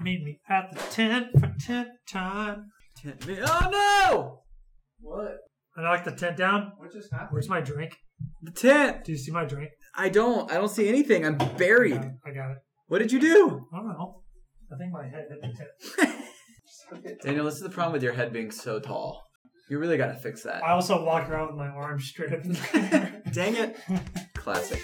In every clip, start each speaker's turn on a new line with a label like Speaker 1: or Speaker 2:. Speaker 1: Meet me at the tent for tent time.
Speaker 2: Tent me- Oh no!
Speaker 3: What?
Speaker 1: I knocked the tent down.
Speaker 3: What just happened?
Speaker 1: Where's my drink?
Speaker 2: The tent.
Speaker 1: Do you see my drink?
Speaker 2: I don't. I don't see anything. I'm
Speaker 1: I got
Speaker 2: buried.
Speaker 1: it. I got it.
Speaker 2: What did you do?
Speaker 1: I don't know. I think my head hit the tent.
Speaker 2: Daniel, this is the problem with your head being so tall. You really gotta fix that.
Speaker 1: I also walk around with my arms straight up in the air.
Speaker 2: Dang it. Classic.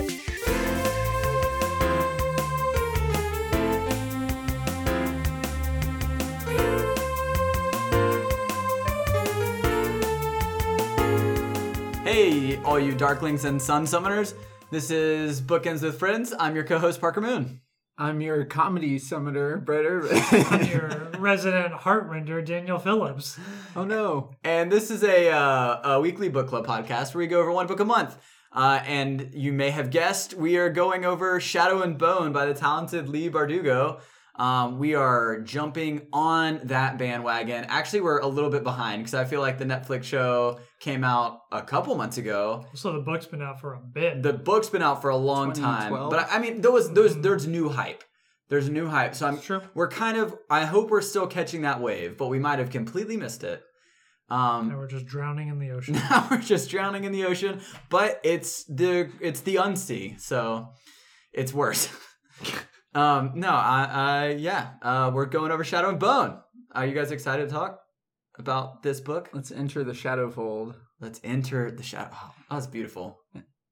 Speaker 2: Hey, all you Darklings and Sun Summoners. This is Bookends with Friends. I'm your co host, Parker Moon.
Speaker 4: I'm your comedy summoner, Brett
Speaker 1: I'm
Speaker 4: Irvin.
Speaker 1: your resident heartrender, Daniel Phillips.
Speaker 4: oh no.
Speaker 2: And this is a, uh, a weekly book club podcast where we go over one book a month. Uh, and you may have guessed, we are going over Shadow and Bone by the talented Lee Bardugo. Um, we are jumping on that bandwagon. Actually, we're a little bit behind because I feel like the Netflix show came out a couple months ago.
Speaker 1: So the book's been out for a bit.
Speaker 2: The book's been out for a long time,
Speaker 4: 2012?
Speaker 2: but I, I mean, there was there's there's new hype. There's new hype. So I'm
Speaker 4: True.
Speaker 2: we're kind of. I hope we're still catching that wave, but we might have completely missed it. Um,
Speaker 1: and we're just drowning in the ocean.
Speaker 2: now we're just drowning in the ocean but it's the it's the unsea so it's worse um no i i yeah uh we're going over shadow and bone are you guys excited to talk about this book
Speaker 4: Let's enter the shadow fold.
Speaker 2: let's enter the shadow oh, that was beautiful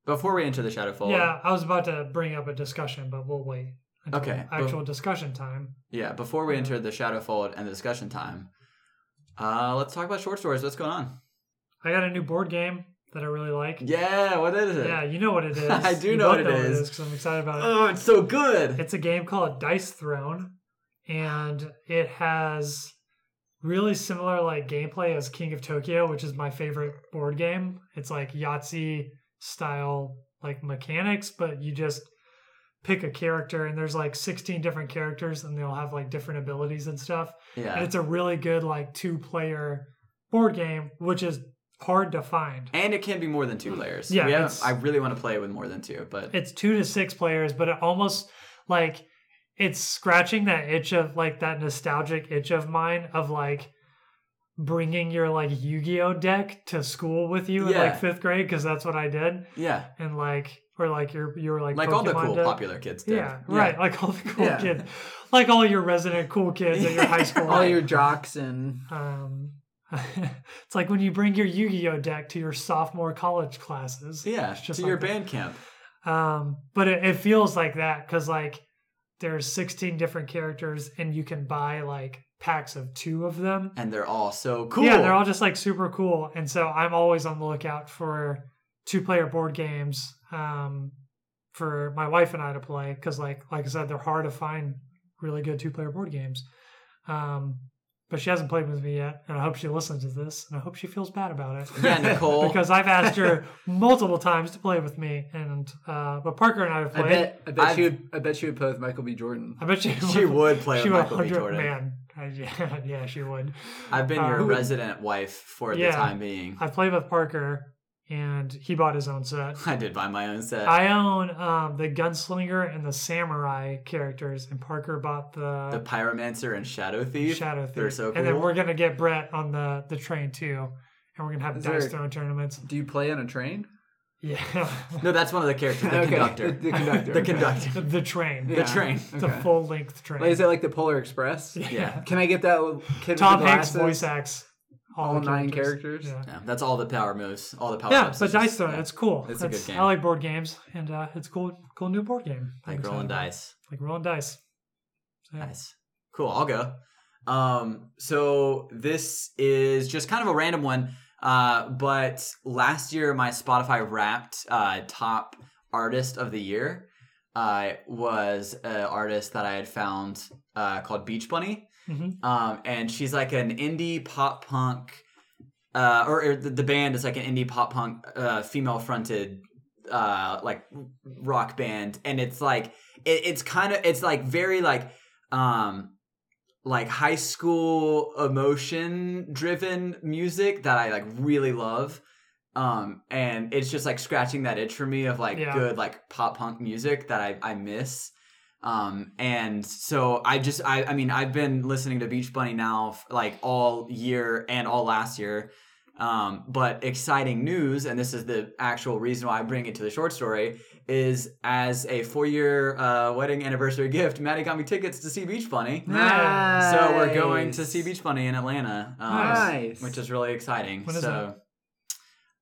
Speaker 2: before we enter the shadow fold
Speaker 1: Yeah, I was about to bring up a discussion, but we'll wait. until
Speaker 2: Okay, but-
Speaker 1: Actual discussion time.
Speaker 2: yeah before we enter the shadow fold and the discussion time uh let's talk about short stories what's going on
Speaker 1: I got a new board game that I really like.
Speaker 2: yeah what is it
Speaker 1: Yeah, you know what it is.
Speaker 2: I do
Speaker 1: You
Speaker 2: know
Speaker 1: both
Speaker 2: what it is.
Speaker 1: because I'm excited about it.
Speaker 2: oh it's so good
Speaker 1: It's a game called Dice Throne, and it has really similar like gameplay as King of Tokyo, which is my favorite board game. It's like Yahtzee style like mechanics, but you just pick a character and there's like 16 different characters and they'll have like different abilities and stuff. And
Speaker 2: yeah
Speaker 1: it's a really good like two player board game, which is hard to find.
Speaker 2: And it can be more than two layers.
Speaker 1: Mm. Yeah,
Speaker 2: we haven't-
Speaker 1: it's-
Speaker 2: I really want to play with more than two, but
Speaker 1: it's two to six players, but it almost like it's scratching that itch of like that nostalgic itch of mine of like bringing your like Yu-Gi-Oh deck to school with you in
Speaker 2: Yeah.
Speaker 1: like fifth grade because that's what I did,
Speaker 2: yeah,
Speaker 1: and like or like your your like
Speaker 2: like all the
Speaker 1: Pokemon
Speaker 2: cool
Speaker 1: deck.
Speaker 2: popular kids did.
Speaker 1: Yeah, right. Like all the cool
Speaker 2: Yeah.
Speaker 1: kids, like all your resident cool kids at your high school.
Speaker 4: All your jocks and
Speaker 1: um, it's like when you bring your Yu-Gi-Oh deck to your sophomore college classes.
Speaker 2: Yeah,
Speaker 1: It's just
Speaker 2: to your
Speaker 1: like that.
Speaker 2: band camp.
Speaker 1: um but it, it feels like that because like there's 16 different characters and you can buy like packs of two of them
Speaker 2: And they're all so cool.
Speaker 1: yeah they're all just like super cool and so i'm always on the lookout for two player board games um for my wife and i to play because like like i said they're hard to find really good two player board games um but she hasn't played with me yet and i hope she listens to this and i hope she feels bad about it
Speaker 2: yeah, Nicole.
Speaker 1: because I've asked her multiple times to play with me, and uh, but Parker and I have
Speaker 4: I
Speaker 1: played.
Speaker 4: bet I bet
Speaker 2: I've-
Speaker 4: she would I bet she would play with Michael B. Jordan.
Speaker 1: I bet she,
Speaker 2: she would play
Speaker 1: she
Speaker 2: with Michael B.
Speaker 1: 100
Speaker 2: Jordan.
Speaker 1: Man, I, yeah, yeah, she would.
Speaker 2: I've been
Speaker 1: Uh,
Speaker 2: your
Speaker 1: who-
Speaker 2: resident wife for
Speaker 1: Yeah.
Speaker 2: the time being.
Speaker 1: I played with Parker, and he bought his own set.
Speaker 2: I did buy my own set.
Speaker 1: I own um, the gunslinger and the samurai characters, and Parker bought
Speaker 2: the
Speaker 1: the,
Speaker 2: Pyromancer and Shadow Thief.
Speaker 1: shadow thief.
Speaker 2: They're so
Speaker 1: And then
Speaker 2: cool.
Speaker 1: we're gonna get Brett on the the train too, and we're gonna have
Speaker 4: Is
Speaker 1: dice
Speaker 4: there-
Speaker 1: throwing tournaments.
Speaker 4: Do you play on a train?
Speaker 1: Yeah,
Speaker 2: No, that's one of the characters, the
Speaker 4: Okay,
Speaker 2: conductor.
Speaker 4: The, the conductor.
Speaker 2: The conductor.
Speaker 1: the, the train,
Speaker 4: Yeah,
Speaker 2: train.
Speaker 1: the
Speaker 4: okay.
Speaker 1: full length train.
Speaker 4: Like, is it like the Polar Express?
Speaker 2: Yeah.
Speaker 4: Can I get that little kid with
Speaker 1: Tom
Speaker 4: the
Speaker 1: Hanks
Speaker 4: glasses?
Speaker 1: voice acts
Speaker 4: All
Speaker 1: the
Speaker 4: nine characters?
Speaker 1: Yeah,
Speaker 2: Yeah, that's all the power moves. All the power
Speaker 1: yeah
Speaker 2: ups.
Speaker 1: but
Speaker 2: just-
Speaker 1: Dice Throne,
Speaker 2: Oh, yeah.
Speaker 1: it's cool.
Speaker 2: It's a good game.
Speaker 1: I like board games, and uh, it's cool, cool new board game. I'm
Speaker 2: Like rolling
Speaker 1: excited about it.
Speaker 2: dice.
Speaker 1: Like rolling dice. So, yeah.
Speaker 2: Nice. Cool. I'll go. Um, so this is just kind of a random one. Uh, but last year, my Spotify Wrapped uh, top artist of the year uh, was an artist that I had found uh, called Beach Bunny
Speaker 1: Mhm.
Speaker 2: um, and she's like an indie pop punk, uh, or, or the, the band is like an indie pop punk uh, female fronted uh, like rock band, and it's like it, it's kind of it's like very like um like high school emotion driven music that I like really love. Um, and it's just like scratching that itch for me of like
Speaker 1: Yeah.
Speaker 2: good like pop punk music that I, I miss. Um, and so I just, I, I mean, I've been listening to Beach Bunny now f- like all year and all last year. Um, but exciting news, and this is the actual reason why I bring it to the short story, is as a four-year uh, wedding anniversary gift, Maddie got me tickets to see Beach Bunny.
Speaker 1: Nice.
Speaker 2: So we're going to see Beach Bunny in Atlanta, um,
Speaker 4: Nice.
Speaker 2: which is really exciting.
Speaker 1: When is
Speaker 2: so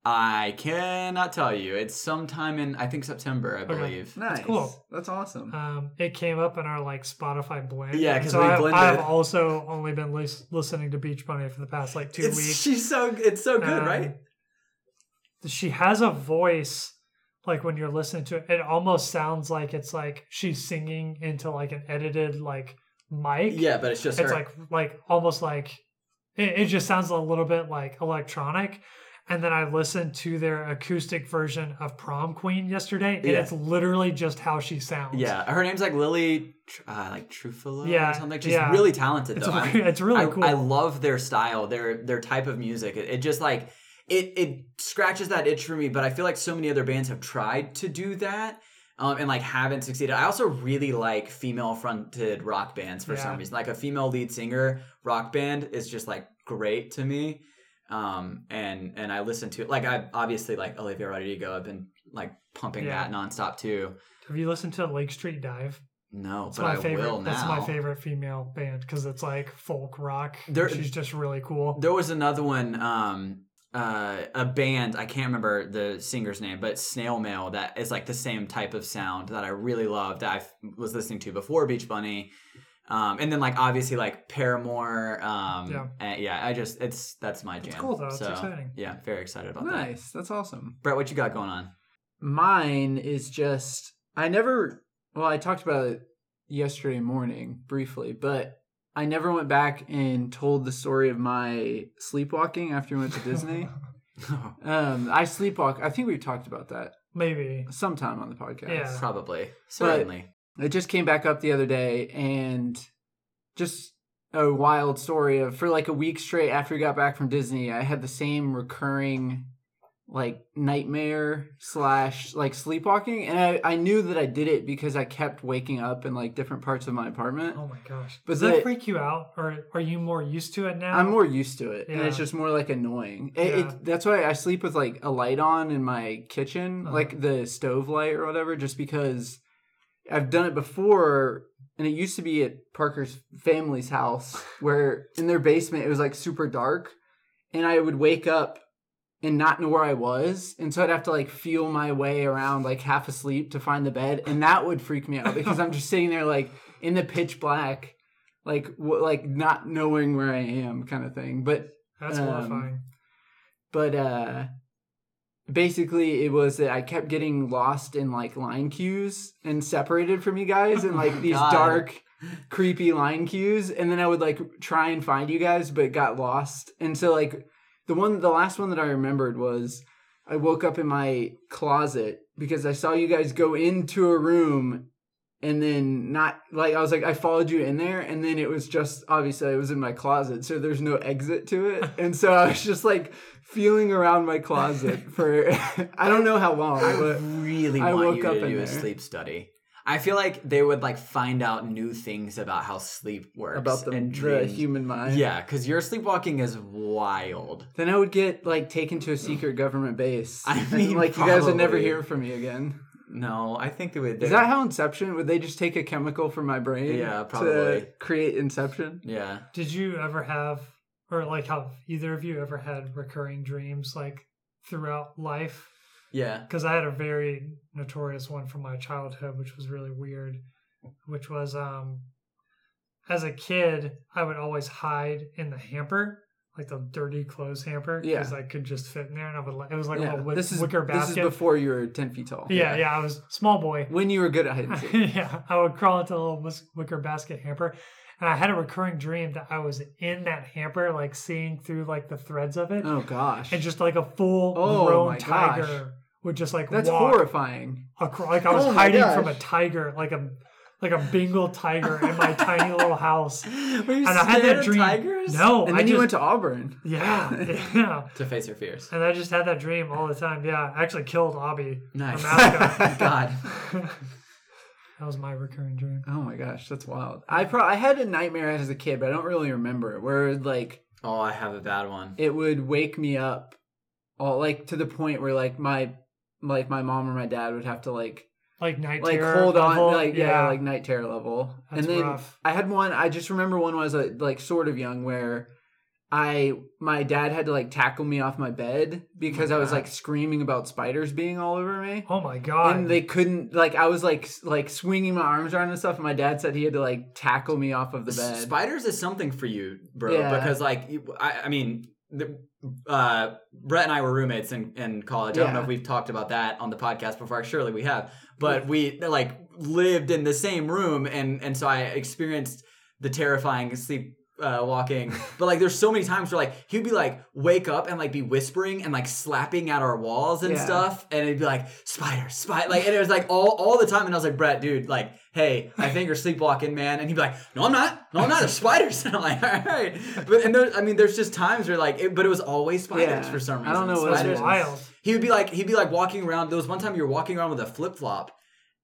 Speaker 2: I cannot tell you. It's sometime in I think September, I believe.
Speaker 4: Nice.
Speaker 1: cool.
Speaker 4: That's awesome.
Speaker 1: Um, it came up in our like Spotify blend.
Speaker 2: Yeah,
Speaker 1: And
Speaker 2: 'cause
Speaker 1: so
Speaker 2: we
Speaker 1: I've,
Speaker 2: blended.
Speaker 1: I've also only been lis- listening to Beach Bunny for the past like two
Speaker 2: It's,
Speaker 1: weeks.
Speaker 2: she's so it's so good,
Speaker 1: Um,
Speaker 2: right?
Speaker 1: She has a voice like when you're listening to it, it almost sounds like it's like she's singing into like an edited like mic.
Speaker 2: Yeah, but it's just
Speaker 1: it's
Speaker 2: her.
Speaker 1: like like almost like it, it just sounds a little bit like electronic and then i listened to their acoustic version of prom queen yesterday and
Speaker 2: Yeah.
Speaker 1: it's literally just how she sounds
Speaker 2: yeah, her name's like Lily, Tr- uh, like Trufalo
Speaker 1: Yeah,
Speaker 2: or something. She's
Speaker 1: yeah.
Speaker 2: really talented
Speaker 1: it's,
Speaker 2: though. I'm-
Speaker 1: re- it's really
Speaker 2: I,
Speaker 1: cool
Speaker 2: I love their style, their their type of music. It, it just like it it scratches that itch for me. But I feel like so many other bands have tried to do that. Um, and like haven't succeeded. I also really like female fronted rock bands for some
Speaker 1: Yeah.
Speaker 2: reason. Like a female lead singer rock band is just like great to me. Um, and and I listen to it. Like I obviously like Olivia Rodrigo. I've been like pumping
Speaker 1: Yeah.
Speaker 2: that nonstop too.
Speaker 1: have you listened to lake street dive
Speaker 2: No,
Speaker 1: it's
Speaker 2: but
Speaker 1: my
Speaker 2: I
Speaker 1: favorite
Speaker 2: will now.
Speaker 1: that's my favorite female band because it's like folk rock
Speaker 2: There-
Speaker 1: she's just really cool
Speaker 2: There was another one, um, uh, a band. I can't remember the singer's name, but Snail Mail. That is like the same type of sound that I really loved. that I f- was listening to before Beach Bunny, um, and then like obviously like Paramore. Um,
Speaker 1: Yeah.
Speaker 2: yeah, yeah. I just it's that's my jam.
Speaker 1: It's cool, though. It's
Speaker 2: So,
Speaker 1: exciting.
Speaker 2: Yeah, very excited about that.
Speaker 4: nice. That's awesome.
Speaker 2: Brett, what you got going on?
Speaker 4: mine is just I never well I talked about it yesterday morning briefly, but I never went back and told the story of my sleepwalking after we went to Disney. um, I sleepwalk. I think we've talked about that
Speaker 1: maybe
Speaker 4: sometime on the podcast.
Speaker 1: Yeah.
Speaker 2: Probably, certainly.
Speaker 4: It just came back up the other day and just a wild story of for like a week straight after we got back from Disney, I had the same recurring like nightmare slash like sleepwalking and I, I knew that I did it because I kept waking up in like different parts of my apartment.
Speaker 1: oh my gosh
Speaker 4: But
Speaker 1: does that
Speaker 4: the-
Speaker 1: freak you out or are you more used to it now
Speaker 4: I'm more used to it, and it's
Speaker 1: Yeah.
Speaker 4: just more like annoying. It,
Speaker 1: Yeah.
Speaker 4: it, that's why I sleep with like a light on in my kitchen,
Speaker 1: Uh-huh.
Speaker 4: like the stove light or whatever, just because I've done it before. And it used to be at Parker's family's house, where in their basement it was like super dark, and I would wake up and not know where I was, and so I'd have to like feel my way around, like half asleep, to find the bed, and that would freak me out because I'm just sitting there like in the pitch black like w- like not knowing where I am kind of thing. But
Speaker 1: that's
Speaker 4: um,
Speaker 1: horrifying
Speaker 4: but uh basically it was that I kept getting lost in like line queues and separated from you guys in like these
Speaker 2: God.
Speaker 4: dark creepy line queues and then I would like try and find you guys but got lost. And so like the one the last one that I remembered was I woke up in my closet because I saw you guys go into a room and then not like I was like I followed you in there and then it was just obviously I was in my closet so there's no exit to it and so I was just like feeling around my closet for I don't know how long
Speaker 2: I
Speaker 4: but
Speaker 2: really
Speaker 4: I
Speaker 2: want
Speaker 4: woke
Speaker 2: you
Speaker 4: up
Speaker 2: to
Speaker 4: in
Speaker 2: do a
Speaker 4: there.
Speaker 2: sleep study. I feel like they would like find out new things about how sleep works
Speaker 4: about the,
Speaker 2: and
Speaker 4: the
Speaker 2: dreams.
Speaker 4: human mind
Speaker 2: Yeah, because your sleepwalking is wild.
Speaker 4: then I would get like taken to a secret government base
Speaker 2: I
Speaker 4: and,
Speaker 2: mean,
Speaker 4: like you guys would never
Speaker 2: probably.
Speaker 4: hear from me again
Speaker 2: No, I think they would.
Speaker 4: is that how Inception would they just take a chemical from my brain
Speaker 2: Yeah,
Speaker 4: to
Speaker 2: probably.
Speaker 4: create Inception
Speaker 2: yeah.
Speaker 1: Did you ever have, or like, have either of you ever had recurring dreams like throughout life?
Speaker 2: Yeah.
Speaker 1: Because I had a very notorious one from my childhood, which was really weird, which was um, as a kid, I would always hide in the hamper. Like the dirty clothes hamper, because
Speaker 4: Yeah.
Speaker 1: I could just fit in there, and I would. let- It was like a
Speaker 4: yeah
Speaker 1: little wick,
Speaker 4: this is
Speaker 1: wicker
Speaker 4: this is
Speaker 1: basket.
Speaker 4: before you were ten feet tall
Speaker 1: yeah, yeah, I was small boy.
Speaker 4: when you were good at hide and seek.
Speaker 1: yeah, I would crawl into a little whis- wicker basket hamper, and I had a recurring dream that I was in that hamper, like seeing through like the threads of it,
Speaker 4: Oh gosh,
Speaker 1: and just like a full
Speaker 4: Oh,
Speaker 1: grown
Speaker 4: my gosh.
Speaker 1: tiger would just like
Speaker 4: that's
Speaker 1: walk
Speaker 4: horrifying.
Speaker 1: across. Like I was
Speaker 4: Oh my
Speaker 1: hiding from a
Speaker 4: gosh.
Speaker 1: tiger, like a like a Bengal tiger in my tiny little house, and
Speaker 2: Were you
Speaker 1: I had that dream. No,
Speaker 4: And
Speaker 1: Oh, I
Speaker 4: then
Speaker 1: just
Speaker 4: you went to Auburn.
Speaker 1: yeah, yeah.
Speaker 2: To face your fears.
Speaker 1: And I just had that dream all the time. Yeah, I actually killed Abby.
Speaker 2: Nice.
Speaker 1: From Africa.
Speaker 2: God.
Speaker 1: That was my recurring dream.
Speaker 4: Oh my gosh, that's wild. I pro I had a nightmare as a kid, but I don't really remember it. Where like
Speaker 2: Oh, I have a bad one.
Speaker 4: it would wake me up, all like to the point where like my like my mom or my dad would have to like
Speaker 1: Like night
Speaker 4: like
Speaker 1: terror.
Speaker 4: hold
Speaker 1: level.
Speaker 4: on like yeah. like night terror level
Speaker 1: That's
Speaker 4: and then
Speaker 1: rough.
Speaker 4: i had one i just remember one when i was like, like sort of young where i my dad had to like tackle me off my bed because i was
Speaker 2: God.
Speaker 4: like screaming about spiders being all over me
Speaker 1: oh my god.
Speaker 4: and they couldn't like i was like s- like swinging my arms around and stuff and my dad said he had to like tackle me off of the
Speaker 2: S-
Speaker 4: bed
Speaker 2: Spiders is something for you, bro.
Speaker 4: Yeah.
Speaker 2: Because like, you- I, I mean, the, uh, Brett and I were roommates in, in college. I don't know
Speaker 4: Yeah.
Speaker 2: if we've talked about that on the podcast before. Surely we have. But we like lived in the same room, and and so I experienced the terrifying sleep. Uh, walking, but like, there's so many times where like he'd be like wake up and like be whispering and like slapping at our walls and
Speaker 4: Yeah.
Speaker 2: stuff, and it'd be like spider, spider, like, and it was like all all the time, and I was like, Brett, dude, like, hey, I think you're sleepwalking, man, and he'd be like, no, I'm not, no, I'm not, there's spiders, and I'm like, all right, but and there, I mean, there's just times where like, it, but it was always spiders
Speaker 4: Yeah.
Speaker 2: for some
Speaker 4: I
Speaker 2: reason.
Speaker 4: don't know what it
Speaker 1: That's
Speaker 2: spiders,
Speaker 4: is.
Speaker 1: wild.
Speaker 2: he would be like he'd be like walking around. There was one time you were walking around with a flip flop,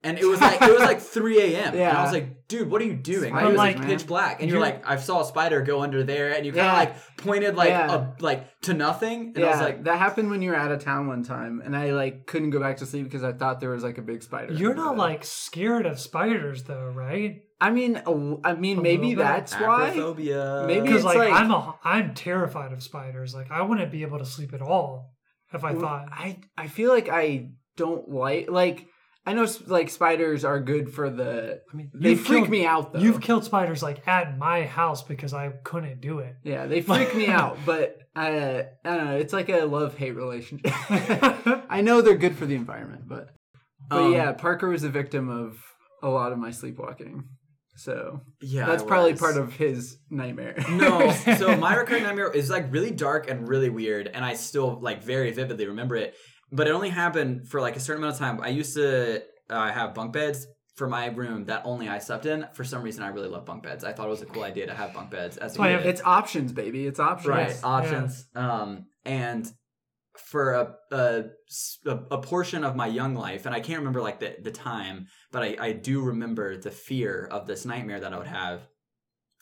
Speaker 2: and it was like it was like three a.m. And I
Speaker 4: Yeah.
Speaker 2: was like, dude, what are you doing? Like, it
Speaker 1: Spiders,
Speaker 2: was like
Speaker 4: man.
Speaker 2: pitch black, and you're
Speaker 1: You-
Speaker 2: like, I saw a spider go under there, and you kind of
Speaker 4: Yeah.
Speaker 2: like pointed like
Speaker 4: Yeah.
Speaker 2: a, like to nothing, and
Speaker 4: yeah
Speaker 2: I was like,
Speaker 4: that happened when you were out of town one time and i like couldn't go back to sleep because i thought there was like a big spider
Speaker 1: You're
Speaker 4: under the
Speaker 1: not
Speaker 4: bed.
Speaker 1: like scared of spiders though, right?
Speaker 4: i mean a- I mean maybe
Speaker 1: little bit.
Speaker 4: that's why
Speaker 2: acrophobia.
Speaker 4: Maybe
Speaker 1: Because
Speaker 4: It's
Speaker 1: like,
Speaker 4: like-
Speaker 1: I'm a I'm terrified of spiders. Like I wouldn't be able to sleep at all if I thought
Speaker 4: I I feel like I don't like like I know s- like spiders are good for the
Speaker 1: I mean
Speaker 4: they
Speaker 1: you've
Speaker 4: freak
Speaker 1: killed-
Speaker 4: me out though.
Speaker 1: You've killed spiders like at my house because I couldn't do it.
Speaker 4: yeah, they freak me out, but I I don't know. It's like a love hate relationship. I know they're good for the environment, but but
Speaker 2: Um,
Speaker 4: yeah, Parker was a victim of a lot of my sleepwalking, so
Speaker 2: yeah,
Speaker 4: that's
Speaker 2: I
Speaker 4: probably
Speaker 2: was.
Speaker 4: part of his nightmare.
Speaker 2: no so my recurring nightmare is like really dark and really weird and i still like very vividly remember it but it only happened for like a certain amount of time i used to uh, have bunk beds for my room that only i slept in for some reason i really love bunk beds i thought it was a cool idea to have bunk beds as a
Speaker 1: Why,
Speaker 2: kid.
Speaker 4: it's options, baby. It's options.
Speaker 2: right
Speaker 1: Yes,
Speaker 2: options um and for a, a s- a- a portion of my young life and i can't remember like the, the time but I, I do remember the fear of this nightmare that i would have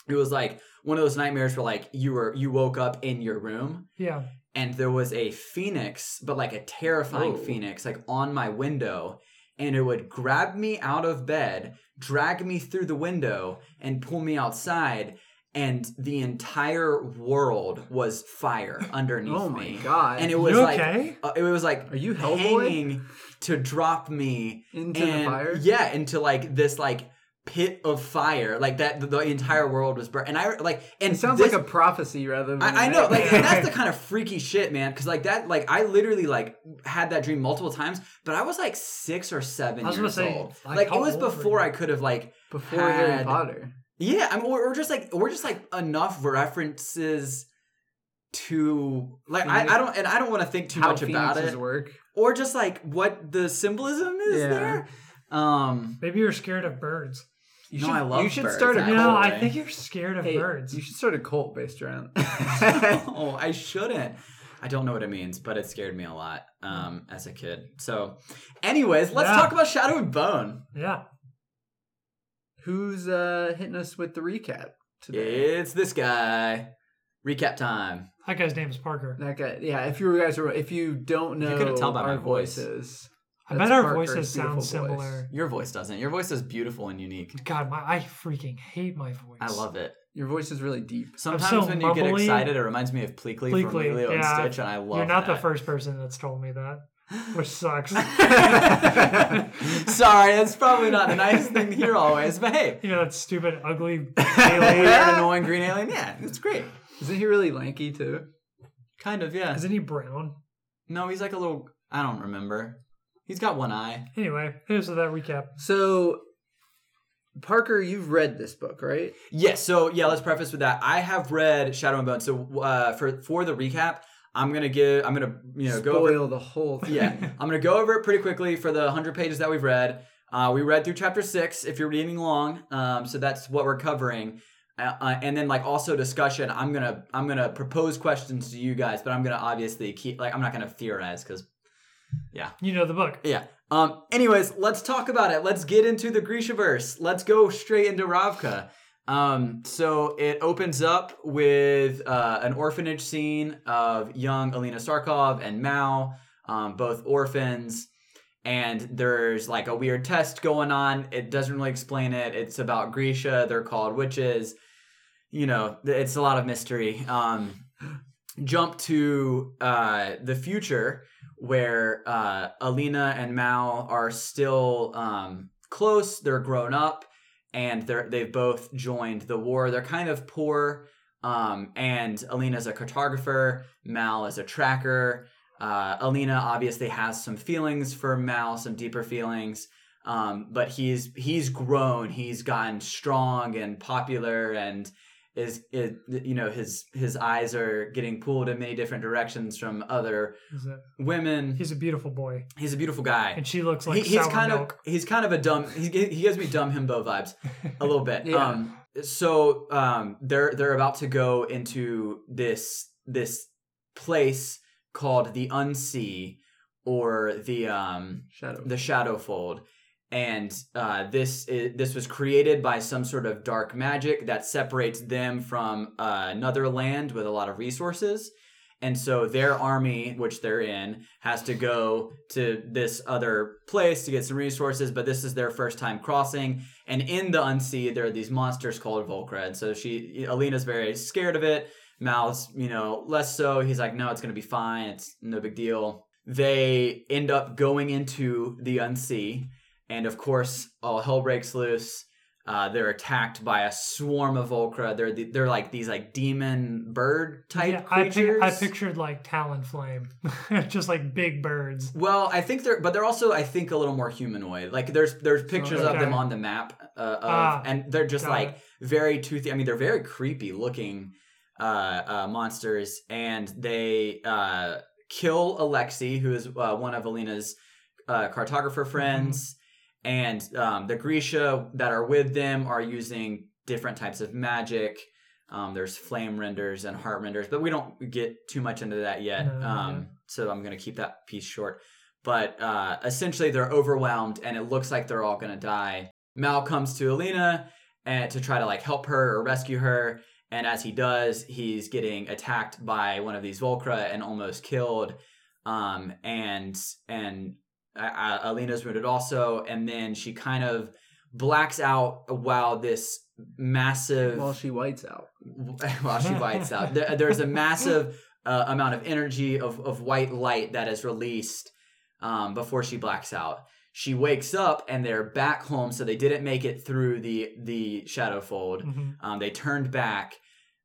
Speaker 2: it was like one of those nightmares where like you were you woke up in your room
Speaker 1: yeah.
Speaker 2: and there was a phoenix but like a terrifying
Speaker 4: Whoa.
Speaker 2: phoenix like on my window and it would grab me out of bed drag me through the window and pull me outside and the entire world was fire underneath
Speaker 4: Oh my
Speaker 2: me
Speaker 4: god.
Speaker 2: and it
Speaker 1: You
Speaker 2: was like
Speaker 1: okay?
Speaker 2: uh, it was like
Speaker 4: Are you Hellboy?
Speaker 2: hanging to drop me
Speaker 4: into
Speaker 2: and
Speaker 4: the fire.
Speaker 2: yeah into like this like pit of fire like that the, the entire world was burnt and i like and
Speaker 4: It sounds
Speaker 2: this,
Speaker 4: like a prophecy rather than.
Speaker 2: I, I
Speaker 4: a
Speaker 2: know, like
Speaker 4: nightmare.
Speaker 2: and that's the kind of freaky shit, man. Because like that, like I literally like had that dream multiple times, but I was like six or seven
Speaker 1: I was gonna
Speaker 2: years
Speaker 1: say,
Speaker 2: old.
Speaker 1: like,
Speaker 2: Like,
Speaker 1: how
Speaker 2: it was
Speaker 1: old were
Speaker 2: before
Speaker 1: you?
Speaker 2: I could have like,
Speaker 4: before
Speaker 2: had-
Speaker 4: Harry Potter.
Speaker 2: yeah, I mean, or, or just like, or just like enough references to like I, I don't and I don't want to think too
Speaker 4: How
Speaker 2: much about
Speaker 4: phoenixes
Speaker 2: it,
Speaker 4: work.
Speaker 2: or just like what the symbolism is
Speaker 4: Yeah.
Speaker 2: there. Um,
Speaker 1: Maybe you're scared of birds.
Speaker 4: You
Speaker 2: No,
Speaker 4: should,
Speaker 2: I love
Speaker 4: you should
Speaker 2: birds,
Speaker 4: start a
Speaker 2: actually.
Speaker 1: You
Speaker 4: cult.
Speaker 1: know,
Speaker 2: Totally.
Speaker 1: I think you're scared of
Speaker 4: Hey,
Speaker 1: birds.
Speaker 4: You should start a cult based around.
Speaker 2: oh, I shouldn't. I don't know what it means, but it scared me a lot um, as a kid. So, anyways, let's
Speaker 1: Yeah.
Speaker 2: talk about Shadow and Bone.
Speaker 1: Yeah.
Speaker 4: Who's uh, hitting us with the recap today?
Speaker 2: It's this guy. Recap time.
Speaker 1: That guy's name is Parker.
Speaker 4: That guy. Yeah, if you guys are, if you don't
Speaker 2: You
Speaker 4: know,
Speaker 2: couldn't tell by my
Speaker 4: our
Speaker 2: voice.
Speaker 4: voices.
Speaker 1: I
Speaker 4: that's
Speaker 1: bet our
Speaker 4: Parker's
Speaker 1: voices sound
Speaker 4: beautiful voice.
Speaker 1: similar.
Speaker 2: Your voice doesn't. Your voice is beautiful and unique.
Speaker 1: God, my I freaking hate my voice.
Speaker 2: I love it.
Speaker 4: Your voice is really deep.
Speaker 2: Sometimes
Speaker 1: so
Speaker 2: when you get
Speaker 1: mumbly.
Speaker 2: excited, it reminds me of Pleakley, from
Speaker 1: Pleakley,
Speaker 2: Lilo
Speaker 1: yeah.
Speaker 2: and Stitch, and I love
Speaker 1: You're not the
Speaker 2: that.
Speaker 1: first person that's told me that, which sucks.
Speaker 2: Sorry, that's probably not the nicest thing to hear always, but hey.
Speaker 1: you know that stupid, ugly
Speaker 2: Weird,
Speaker 1: alien.
Speaker 2: annoying green alien. Yeah, it's great.
Speaker 4: Isn't he really lanky too?
Speaker 2: Kind of, yeah.
Speaker 1: Isn't he brown?
Speaker 2: No, he's like a little. I don't remember. He's got one eye.
Speaker 1: Anyway, here's that recap.
Speaker 4: So, Parker, you've read this book, right?
Speaker 2: Yes. So yeah, let's preface with that. I have read Shadow and Bone. So uh, for for the recap, I'm gonna give. I'm gonna you know go over.
Speaker 4: Spoil the whole thing.
Speaker 2: Yeah, I'm gonna go over it pretty quickly for the 100 pages that we've read. Uh, we read through chapter six. If you're reading along, um, so that's what we're covering. Uh, uh, and then like also discussion. I'm gonna I'm gonna propose questions to you guys, but I'm gonna obviously keep like I'm not gonna theorize because
Speaker 1: You know the book.
Speaker 2: Yeah. Um. Anyways, let's talk about it. Let's get into the Grishaverse. Let's go straight into Ravka. Um. So it opens up with uh, an orphanage scene of young Alina Sarkov and Mao, um, both orphans. And there's like a weird test going on. It doesn't really explain it. It's about Grisha. They're called witches. You know, th- it's a lot of mystery. Um, jump to uh, the future where uh, Alina and Mal are still um, close. They're grown up, and they're they've both joined the war. They're kind of poor, um, and Alina's a cartographer. Mal is a tracker. Uh, Alina obviously has some feelings for Mal, some deeper feelings. Um, but he's he's grown. He's gotten strong and popular, and is, is you know his his eyes are getting pulled in many different directions from other
Speaker 1: He's a,
Speaker 2: women.
Speaker 1: he's a beautiful boy,
Speaker 2: He's a beautiful guy.
Speaker 1: and she looks like
Speaker 2: He- he's
Speaker 1: sour
Speaker 2: kind
Speaker 1: milk.
Speaker 2: of he's kind of a dumb. He, he gives me dumb himbo vibes a little bit.
Speaker 4: Yeah.
Speaker 2: Um, so um, they're they're about to go into this this place called the Unsee or the um,
Speaker 4: Shadow.
Speaker 2: the shadow fold and uh, this is, this was created by some sort of dark magic that separates them from uh, another land with a lot of resources and so their army which they're in has to go to this other place to get some resources but this is their first time crossing and in the unsea there are these monsters called volkra and so she alina's very scared of it Mal's, you know, less so. He's like, no, it's gonna be fine. It's no big deal. They end up going into the unsea, and of course, all hell breaks loose. Uh, they're attacked by a swarm of Volcra. They're the, they're like these like demon bird type
Speaker 1: Yeah, I, pic-
Speaker 2: creatures.
Speaker 1: I pictured like Talonflame, just like big birds.
Speaker 2: well, I think they're, but they're also, I think, a little more humanoid. Like there's there's pictures of
Speaker 1: Okay.
Speaker 2: them on the map, uh, of,
Speaker 1: Ah,
Speaker 2: and they're just
Speaker 1: got
Speaker 2: like
Speaker 1: it.
Speaker 2: very toothy. I mean, they're very creepy looking uh, uh, monsters, and they uh, kill Alexei, who is uh, one of Alina's uh, cartographer
Speaker 1: Mm-hmm.
Speaker 2: friends, and um, the Grisha that are with them are using different types of magic. Um, there's flame renders and heart renders, but we don't get too much into that yet.
Speaker 1: No,
Speaker 2: um,
Speaker 1: yeah.
Speaker 2: So I'm going to keep that piece short. But uh, essentially, they're overwhelmed, and it looks like they're all going to die. Mal comes to Alina and to try to like help her or rescue her. And as he does, he's getting attacked by one of these Volcra and almost killed. Um, and and uh, Alina's wounded also. And then she kind of blacks out while this massive
Speaker 4: While she whites out.
Speaker 2: while she whites out. There, there's a massive uh, amount of energy of, of white light that is released um, before she blacks out. She wakes up and they're back home, so they didn't make it through the the shadow fold.
Speaker 1: Mhm.
Speaker 2: Um, they turned back,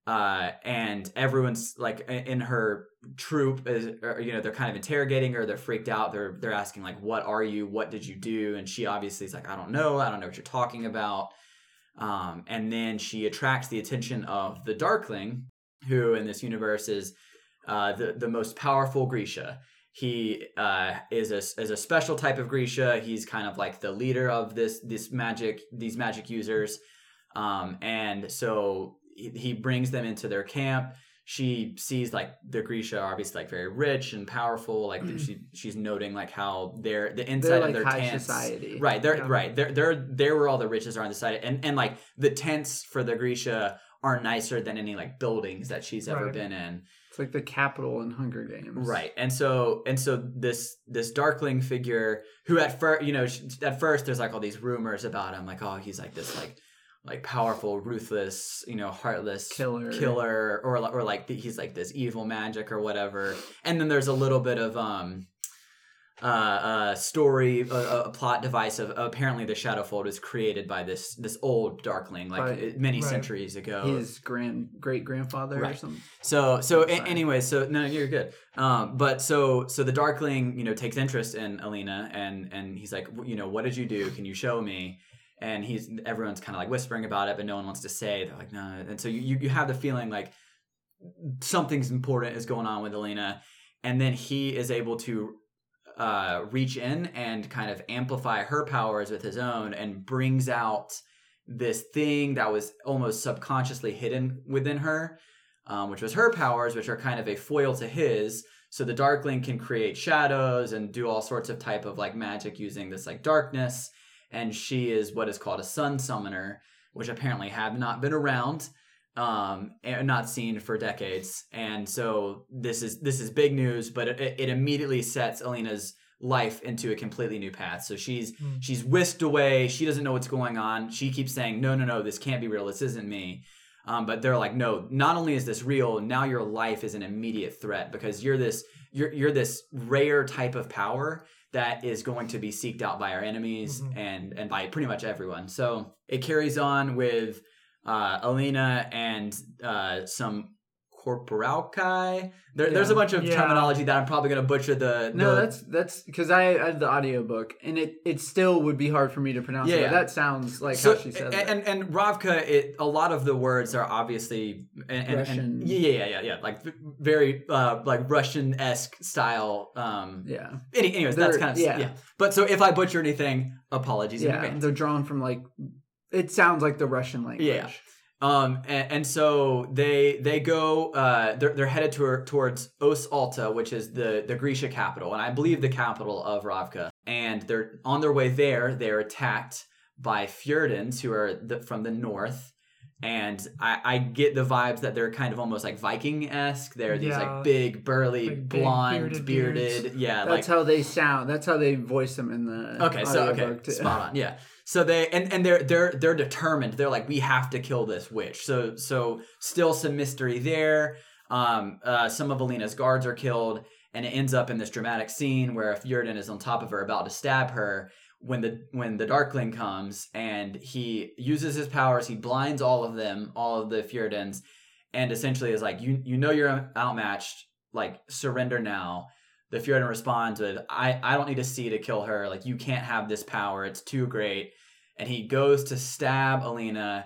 Speaker 2: uh, and everyone's like i- in her troop is, or, you know, they're kind of interrogating her. They're freaked out. They're they're asking like, "What are you? What did you do?" And she obviously is like, "I don't know. I don't know what you're talking about." Um, and then she attracts the attention of the Darkling, who in this universe is uh, the the most powerful Grisha. He uh, is a is a special type of Grisha. He's kind of like the leader of this this magic these magic users, um, and so he, he brings them into their camp. She sees like the Grisha are obviously like very rich and powerful. Like she she's noting like how their the inside
Speaker 4: Mm-hmm. They're
Speaker 2: of
Speaker 4: like
Speaker 2: their
Speaker 4: high
Speaker 2: tents
Speaker 4: society.
Speaker 2: Right, they're
Speaker 1: Yeah.
Speaker 2: right. They're they're they're where all the riches are on the side, and and like the tents for the Grisha are nicer than any like buildings that she's ever
Speaker 1: Right.
Speaker 2: been in.
Speaker 4: It's like the capital in Hunger Games.
Speaker 2: Right, and so and so this this Darkling figure who at first you know she, at first there's like all these rumors about him, like oh he's like this like like powerful, ruthless, you know, heartless
Speaker 4: Killer.
Speaker 2: killer or li- or like th- he's like this evil magic or whatever and then there's a little bit of um uh, uh story a, a a plot device of apparently the shadowfold was created by this this old darkling like
Speaker 4: By-
Speaker 2: it- many
Speaker 1: right.
Speaker 2: centuries ago
Speaker 4: His grand great grandfather or
Speaker 2: Right.
Speaker 4: something.
Speaker 2: so so a-
Speaker 4: Sorry.
Speaker 2: anyway, so no, you're good. Um, but so so the Darkling, you know, takes interest in Alina, and and he's like, you know, what did you do? Can you show me? And he's everyone's kind of like whispering about it, but no one wants to say. They're like, no. And so you you you have the feeling like something's important is going on with Alina, and then he is able to uh, reach in and kind of amplify her powers with his own, and brings out this thing that was almost subconsciously hidden within her um, which was her powers, which are kind of a foil to his. So the Darkling can create shadows and do all sorts of type of like magic using this like darkness. And she is what is called a Sun Summoner, which apparently have not been around, um, and not seen for decades. And so this is this is big news, but it, it immediately sets Alina's life into a completely new path. So she's
Speaker 1: Hmm.
Speaker 2: she's whisked away. She doesn't know what's going on. She keeps saying, "No, no, no, this can't be real. This isn't me." Um, but they're like, "No. Not only is this real, now your life is an immediate threat because you're this you're you're this rare type of power that is going to be seeked out by our enemies
Speaker 4: Mm-hmm.
Speaker 1: Mhm.
Speaker 2: and and by pretty much everyone." So it carries on with uh, Alina and uh, some Corporalkai. There, There's a
Speaker 4: Yeah.
Speaker 2: bunch of
Speaker 1: Yeah.
Speaker 2: terminology that I'm probably going to butcher the.
Speaker 4: No,
Speaker 2: the-
Speaker 4: that's that's because I, I had the audiobook and it, it still would be hard for me to pronounce
Speaker 2: Yeah,
Speaker 4: it.
Speaker 2: yeah.
Speaker 4: But that sounds like
Speaker 2: so,
Speaker 4: how she
Speaker 2: and,
Speaker 4: says it.
Speaker 2: and and Ravka, it, a lot of the words are obviously and, and,
Speaker 4: Russian.
Speaker 2: and yeah, yeah, yeah, yeah, like v- very uh, like Russian esque style. Um,
Speaker 4: yeah,
Speaker 2: any, anyways, that's
Speaker 4: They're-
Speaker 2: kind of yeah.
Speaker 4: yeah.
Speaker 2: But so if I butcher anything, apologies in
Speaker 4: yeah,
Speaker 2: advance.
Speaker 4: they're drawn from like it sounds like the Russian language.
Speaker 2: Yeah. Um, and, and so they they go uh, they're they're headed to, towards Os Alta, which is the the Grisha capital, and I believe the capital of Ravka. And they're on their way there. They're attacked by Fjordans, who are the, from the north. And I, I get the vibes that they're kind of almost like Viking esque. They're these
Speaker 1: Yeah.
Speaker 2: like big, burly,
Speaker 1: Like big bearded
Speaker 2: blonde, bearded, yeah, like
Speaker 4: That's how they sound. That's how they voice them in the
Speaker 2: Okay, so okay,
Speaker 4: uh, audiobook, too.
Speaker 2: spot on. Yeah. So they and and they're they're they're determined. They're like, we have to kill this witch. So so still some mystery there. Um, uh, some of Alina's guards are killed, and it ends up in this dramatic scene where Fjordan is on top of her, about to stab her. When the when the Darkling comes and he uses his powers, he blinds all of them, all of the Fjordans, and essentially is like, you you know you're outmatched. Like surrender now the Fjordan responds with, I, I don't need a C to kill her. Like, you can't have this power. It's too great. And he goes to stab Alina,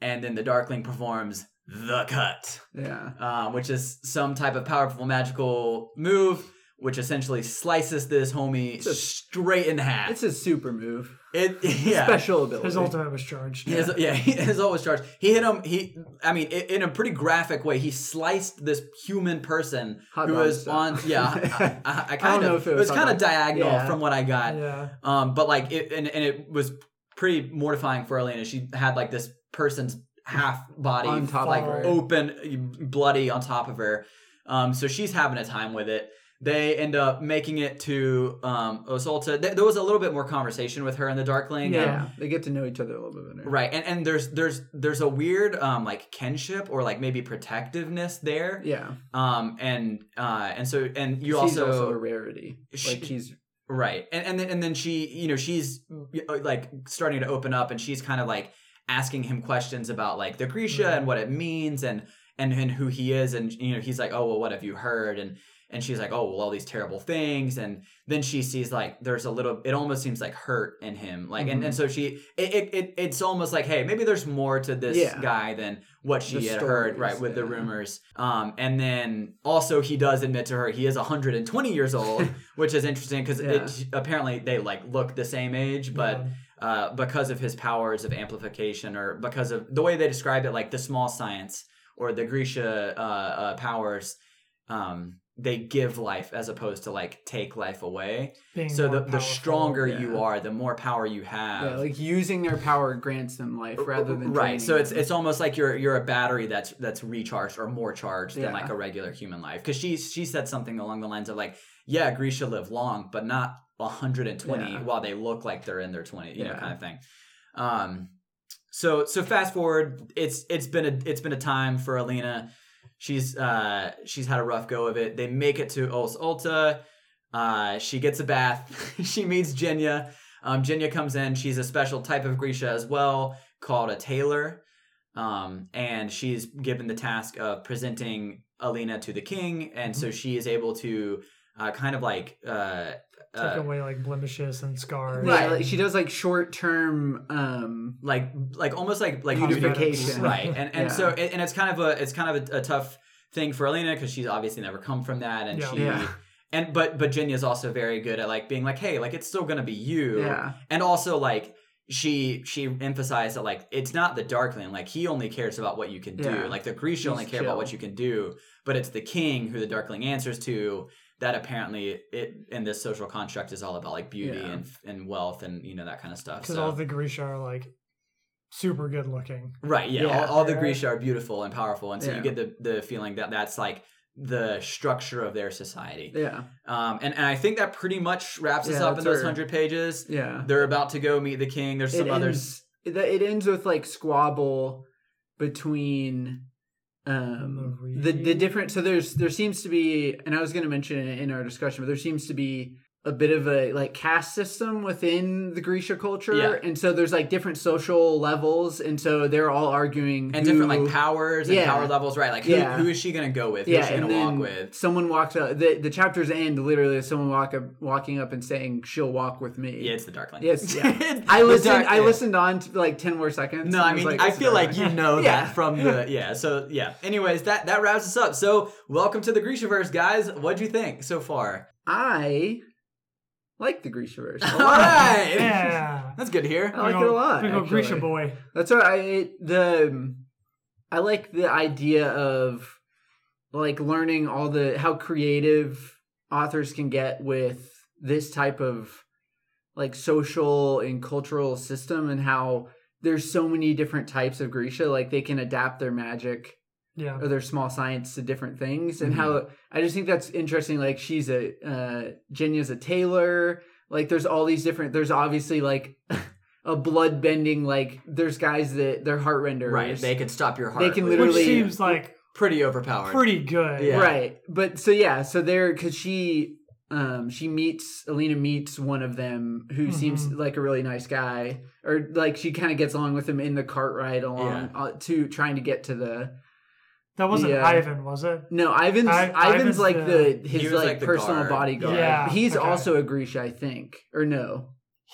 Speaker 2: and then the Darkling performs the cut,
Speaker 4: Yeah,
Speaker 2: uh, which is some type of powerful magical move, which essentially slices this homie
Speaker 4: It's a-
Speaker 2: straight in half.
Speaker 4: it's a super move.
Speaker 2: it, yeah.
Speaker 4: Special ability.
Speaker 1: His ultimate was charged.
Speaker 2: His, yeah, he, his always charged. He hit him. He, I mean, i in a pretty graphic way, he sliced this human person
Speaker 4: Hot
Speaker 2: who
Speaker 4: dog
Speaker 2: was
Speaker 4: style.
Speaker 2: on. Yeah, I, I, I kind
Speaker 4: know
Speaker 2: of
Speaker 4: if
Speaker 2: it
Speaker 4: it
Speaker 2: was
Speaker 4: was hot
Speaker 2: kind of
Speaker 4: dog.
Speaker 2: diagonal
Speaker 4: Yeah.
Speaker 2: from what I got.
Speaker 1: Yeah.
Speaker 2: Um, but like it, and and it was pretty mortifying for Elena. She had like this person's half body
Speaker 4: on top
Speaker 2: like
Speaker 4: of her.
Speaker 2: open, bloody on top of her. Um, so she's having a time with it. They end up making it to um, Osolta. Th- there was a little bit more conversation with her and the Darkling. and
Speaker 4: yeah, they get to know each other a little bit better.
Speaker 2: Right, and and there's there's there's a weird um like kinship or like maybe protectiveness there.
Speaker 4: Yeah,
Speaker 2: Um and uh and so and you
Speaker 4: she's
Speaker 2: also, uh,
Speaker 4: a rarity.
Speaker 2: She-
Speaker 4: Like she's
Speaker 2: right, and and then and then she you know she's
Speaker 4: Mm.
Speaker 2: you know, like starting to open up and she's kind of like asking him questions about like the Grisha
Speaker 4: Mm.
Speaker 1: Mhm.
Speaker 2: and what it means and and and who he is and you know he's like oh well what have you heard and and she's like oh well all these terrible things and then she sees like there's a little it almost seems like hurt in him like and,
Speaker 4: Mm-hmm.
Speaker 2: and so she it, it, it it's almost like hey maybe there's more to this
Speaker 4: Yeah.
Speaker 2: guy than what she
Speaker 4: The
Speaker 2: had heard right
Speaker 4: stories,
Speaker 2: with the
Speaker 4: yeah.
Speaker 2: rumors um and then also he does admit to her he is 120 years old which is interesting because it apparently they like look the same age but
Speaker 1: Yeah.
Speaker 2: uh, because of his powers of amplification or because of the way they describe it, like the small science or the Grisha uh, uh, powers, um, they give life as opposed to like take life away.
Speaker 1: Being
Speaker 2: So
Speaker 1: more
Speaker 2: the, the
Speaker 1: powerful.
Speaker 2: stronger you
Speaker 4: yeah.
Speaker 2: are, the more power you have.
Speaker 4: yeah, like using their power grants them life rather than
Speaker 2: right.
Speaker 4: draining
Speaker 2: So it's
Speaker 4: them.
Speaker 2: it's almost like you're you're a battery that's that's recharged or more charged than
Speaker 4: Yeah.
Speaker 2: like a regular human life. Because she she said something along the lines of like, yeah, Grisha live long, but not 120
Speaker 4: Yeah.
Speaker 2: while they look like they're in their 20, you know,
Speaker 4: Yeah.
Speaker 2: kind of thing. Um, so so fast forward, it's it's been a it's been a time for Alina. She's uh she's had a rough go of it. They make it to Os Ulta. Uh, she gets a bath. she meets Jenya. Um, Jenya comes in. She's a special type of Grisha as well, called a tailor. Um, and she's given the task of presenting Alina to the king, and
Speaker 4: Mm-hmm.
Speaker 2: so she is able to uh, kind of like uh,
Speaker 1: Take
Speaker 2: uh,
Speaker 1: away like blemishes and scars.
Speaker 4: Yeah,
Speaker 2: Right.
Speaker 4: like she does like short term. um
Speaker 2: like like almost like like
Speaker 4: Unification.
Speaker 2: right and and
Speaker 4: Yeah.
Speaker 2: so and and it's kind of a it's kind of a, a tough thing for Elena because she's obviously never come from that and
Speaker 1: Yeah.
Speaker 2: she
Speaker 4: Yeah.
Speaker 2: and but but Jenya's also very good at like being like hey like it's still gonna be you
Speaker 4: Yeah,
Speaker 2: and also like she she emphasized that like it's not the darkling like he only cares about what you can do
Speaker 4: Yeah.
Speaker 2: like the Grecian only
Speaker 4: He's
Speaker 2: care about what
Speaker 4: chill.
Speaker 2: you can do but it's the king who the darkling answers to that apparently it in this social construct is all about like beauty
Speaker 4: Yeah.
Speaker 2: and and wealth and you know that kind of stuff
Speaker 1: because
Speaker 2: so.
Speaker 1: all the Grisha are like super good looking.
Speaker 2: Right. Yeah.
Speaker 4: Yeah.
Speaker 2: all, all the
Speaker 1: Yeah.
Speaker 2: Grisha are beautiful and powerful, and so
Speaker 4: Yeah.
Speaker 2: you get the the feeling that that's like the structure of their society.
Speaker 4: Yeah.
Speaker 2: Um, and and I think that pretty much wraps us
Speaker 4: Yeah,
Speaker 2: up in
Speaker 4: that's
Speaker 2: those
Speaker 4: her.
Speaker 2: hundred pages.
Speaker 4: Yeah.
Speaker 2: They're about to go meet the king. There's some
Speaker 4: it
Speaker 2: others.
Speaker 4: Ends, it it ends with like squabble between um the the
Speaker 1: Marie?
Speaker 4: different so there's there seems to be and I was going to mention it in our discussion but there seems to be a bit of a like caste system within the Grisha culture
Speaker 2: Yeah.
Speaker 4: and so there's like different social levels and so they're all arguing
Speaker 2: And different
Speaker 4: who-
Speaker 2: like powers and
Speaker 4: Yeah.
Speaker 2: power levels, right? Like who,
Speaker 4: Yeah.
Speaker 2: who is she gonna go with? Who is
Speaker 4: yeah
Speaker 2: she
Speaker 4: and
Speaker 2: gonna
Speaker 4: then
Speaker 2: walk with?
Speaker 4: someone walks up the, the chapters end literally with someone walk up, walking up and saying she'll walk with me
Speaker 2: Yeah, it's the Darkling.
Speaker 4: Yes, yeah.
Speaker 2: The
Speaker 4: I listened. I
Speaker 2: Darkling.
Speaker 4: listened on to like ten more seconds.
Speaker 2: No,
Speaker 4: and
Speaker 2: I mean
Speaker 4: was
Speaker 2: I
Speaker 4: "This is
Speaker 2: feel
Speaker 4: very
Speaker 2: like
Speaker 4: nice."
Speaker 2: you know
Speaker 4: Yeah.
Speaker 2: that from the yeah. So yeah. Anyways, that that wraps us up. So welcome to the Grishaverse, guys. What'd you think so far?
Speaker 4: I like the Grishaverse. a
Speaker 2: All
Speaker 4: lot.
Speaker 2: right.
Speaker 1: Yeah.
Speaker 2: That's good to hear.
Speaker 4: I like
Speaker 1: Big
Speaker 4: it a
Speaker 1: ol-
Speaker 4: lot,
Speaker 1: Big ol'
Speaker 4: actually.
Speaker 1: Grisha boy.
Speaker 4: That's what I the um, I like the idea of like learning all the how creative authors can get with this type of like social and cultural system and how there's so many different types of Grisha like they can adapt their magic
Speaker 1: Yeah.
Speaker 4: or their small science to different things and
Speaker 2: Mm-hmm.
Speaker 4: how i just think that's interesting like she's a uh jenya's a tailor like there's all these different there's obviously like a blood bending like there's guys that they're heart renders
Speaker 2: Right, they can stop your heart.
Speaker 4: They can
Speaker 2: which
Speaker 1: Which
Speaker 4: literally-
Speaker 1: seems like
Speaker 2: pretty overpowered.
Speaker 1: pretty good.
Speaker 2: Yeah.
Speaker 4: right but so yeah so there because she um she meets alina meets one of them who
Speaker 2: Mm-hmm.
Speaker 4: seems
Speaker 1: Mhm.
Speaker 4: like a really nice guy or like she kind of gets along with him in the cart ride along uh, to trying to get to the
Speaker 1: That wasn't
Speaker 4: Yeah.
Speaker 1: Ivan, was it?
Speaker 4: No, Ivan's
Speaker 1: I-
Speaker 4: Ivan's
Speaker 1: Ivan's
Speaker 4: like
Speaker 1: the-
Speaker 4: the his
Speaker 2: was,
Speaker 4: like,
Speaker 2: like, the
Speaker 4: personal
Speaker 2: guard.
Speaker 4: bodyguard.
Speaker 1: Yeah,
Speaker 4: he's
Speaker 1: okay.
Speaker 4: also a Grisha, I think, or no?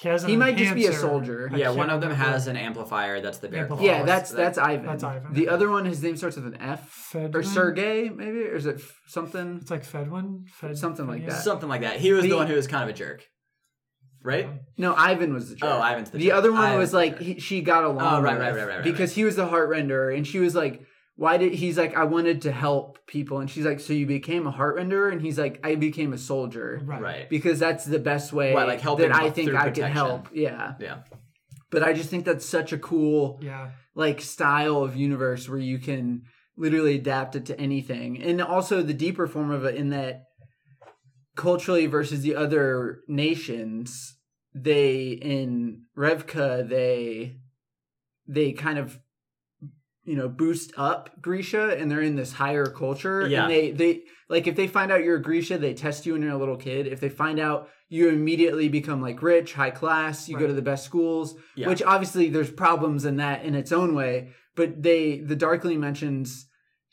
Speaker 1: He has. An
Speaker 4: He might just be a
Speaker 1: enhancer.
Speaker 4: soldier.
Speaker 1: I
Speaker 2: yeah,
Speaker 1: can't
Speaker 2: one of them
Speaker 1: remember.
Speaker 2: has an amplifier. That's the bear claws.
Speaker 1: Amplifier.
Speaker 4: yeah, that's
Speaker 2: That-
Speaker 4: that's Ivan.
Speaker 1: that's Ivan.
Speaker 4: The other one, his name starts with an F or
Speaker 1: Fedwin?
Speaker 4: Sergey, maybe, or is it f- something?
Speaker 1: It's like Fedwin, Fed
Speaker 4: Something like that.
Speaker 2: something like that. He was the,
Speaker 4: The-
Speaker 2: one who was kind of a jerk, right?
Speaker 4: No, Ivan was the. Jerk.
Speaker 2: Oh, Ivan's the.
Speaker 4: The
Speaker 2: jerk.
Speaker 4: other one
Speaker 2: Ivan's
Speaker 4: was
Speaker 2: the
Speaker 4: like
Speaker 2: jerk.
Speaker 4: he, she got along.
Speaker 2: Oh, right,
Speaker 4: with
Speaker 2: right, right, right, right,
Speaker 4: Because he was the heart renderer, and she was like, "Why did?" He's like, "I wanted to help people," and she's like, "So you became a heart renderer?" And he's like, "I became a soldier."
Speaker 1: Right.
Speaker 2: right.
Speaker 4: because that's the best way
Speaker 2: Why, like, helping
Speaker 4: that I
Speaker 2: with-
Speaker 4: think
Speaker 2: through
Speaker 4: I
Speaker 2: protection.
Speaker 4: can help. Yeah.
Speaker 2: Yeah.
Speaker 4: But I just think that's such a cool
Speaker 1: Yeah.
Speaker 4: like style of universe where you can literally adapt it to anything. And also the deeper form of it in that culturally versus the other nations, they in Revka they they kind of you know boost up Grisha and they're in this higher culture.
Speaker 2: Yeah.
Speaker 4: And they they like if they find out you're a Grisha, they test you when you're a little kid. If they find out you immediately become like rich, high class, you go
Speaker 1: Right.
Speaker 4: to the best schools,
Speaker 2: Yeah.
Speaker 4: which obviously there's problems in that in its own way. But they the Darkling mentions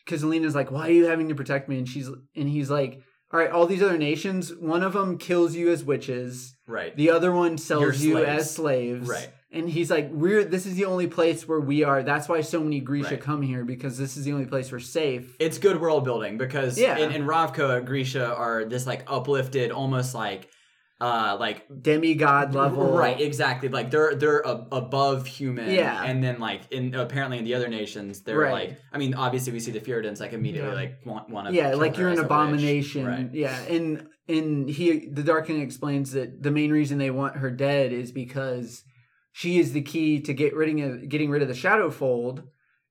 Speaker 4: because Alina's like, why are you having to protect me? And she's and he's like, all right, all these other nations, one of them kills you as witches,
Speaker 2: Right.
Speaker 4: the other one
Speaker 2: You're
Speaker 4: sells you
Speaker 2: slaves.
Speaker 4: as slaves,
Speaker 2: Right.
Speaker 4: And he's like, we're this is the only place where we are. That's why so many Grisha
Speaker 2: Right.
Speaker 4: come here because this is the only place we're safe.
Speaker 2: it's good world building because
Speaker 4: Yeah.
Speaker 2: in, in Ravka, Grisha are this like uplifted, almost like, uh, like
Speaker 4: Demigod level,
Speaker 2: Right, exactly. Like they're they're ab above human.
Speaker 4: Yeah.
Speaker 2: And then like in apparently in the other nations, they're
Speaker 4: Right.
Speaker 2: like I mean, obviously we see the Fjordans like immediately
Speaker 1: Yeah.
Speaker 2: like want want to
Speaker 4: yeah like you're an abomination
Speaker 2: Right.
Speaker 4: yeah and and he the dark Knight explains that the main reason they want her dead is because she is the key to get rid of getting rid of the shadow fold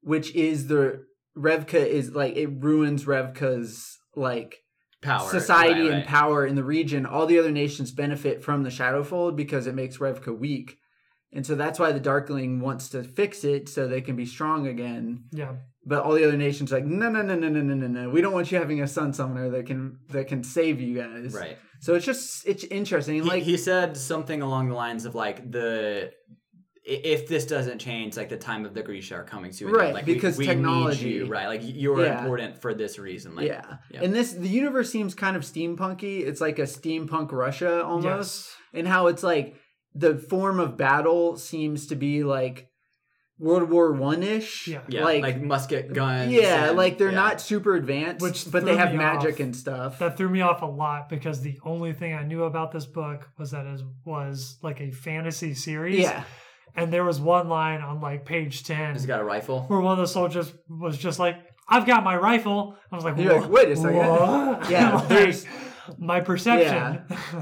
Speaker 4: which is the revka is like it ruins revka's like
Speaker 2: Power.
Speaker 4: society
Speaker 2: right,
Speaker 4: and
Speaker 2: right.
Speaker 4: power in the region all the other nations benefit from the shadow fold because it makes revka weak and so that's why the darkling wants to fix it so they can be strong again
Speaker 1: Yeah.
Speaker 4: but all the other nations are like no no no no no no no no we don't want you having a sun summoner that can that can save you guys
Speaker 2: Right.
Speaker 4: so it's just it's interesting
Speaker 2: He,
Speaker 4: like
Speaker 2: he said something along the lines of like the i- if this doesn't change, like the time of the Grisha are coming soon.
Speaker 4: Right,
Speaker 2: like,
Speaker 4: because
Speaker 2: we, we
Speaker 4: technology-
Speaker 2: need you, right? Like you're
Speaker 4: Yeah.
Speaker 2: important for this reason. Like
Speaker 4: yeah.
Speaker 2: yeah.
Speaker 4: and this the universe seems kind of steampunky it's like a steampunk russia almost
Speaker 1: Yes.
Speaker 4: and how it's like the form of battle seems to be like world war one ish
Speaker 1: Yeah.
Speaker 2: yeah, like,
Speaker 4: like,
Speaker 2: musket guns.
Speaker 4: yeah
Speaker 2: and-
Speaker 4: like they're
Speaker 2: yeah.
Speaker 4: not super advanced
Speaker 1: Which
Speaker 4: but they
Speaker 1: threw
Speaker 4: have
Speaker 1: me
Speaker 4: magic
Speaker 1: off.
Speaker 4: and stuff
Speaker 1: That threw me off a lot because the only thing I knew about this book was that it was like a fantasy series.
Speaker 4: yeah
Speaker 1: And there was one line on like page 10
Speaker 2: He's got a rifle.
Speaker 1: where one of the soldiers was just like, I've got my rifle. I was like,
Speaker 4: You're like,
Speaker 1: "Wha-
Speaker 4: wait a second."
Speaker 1: what?"
Speaker 4: Yeah,
Speaker 1: Like,
Speaker 4: there's-
Speaker 1: my perception.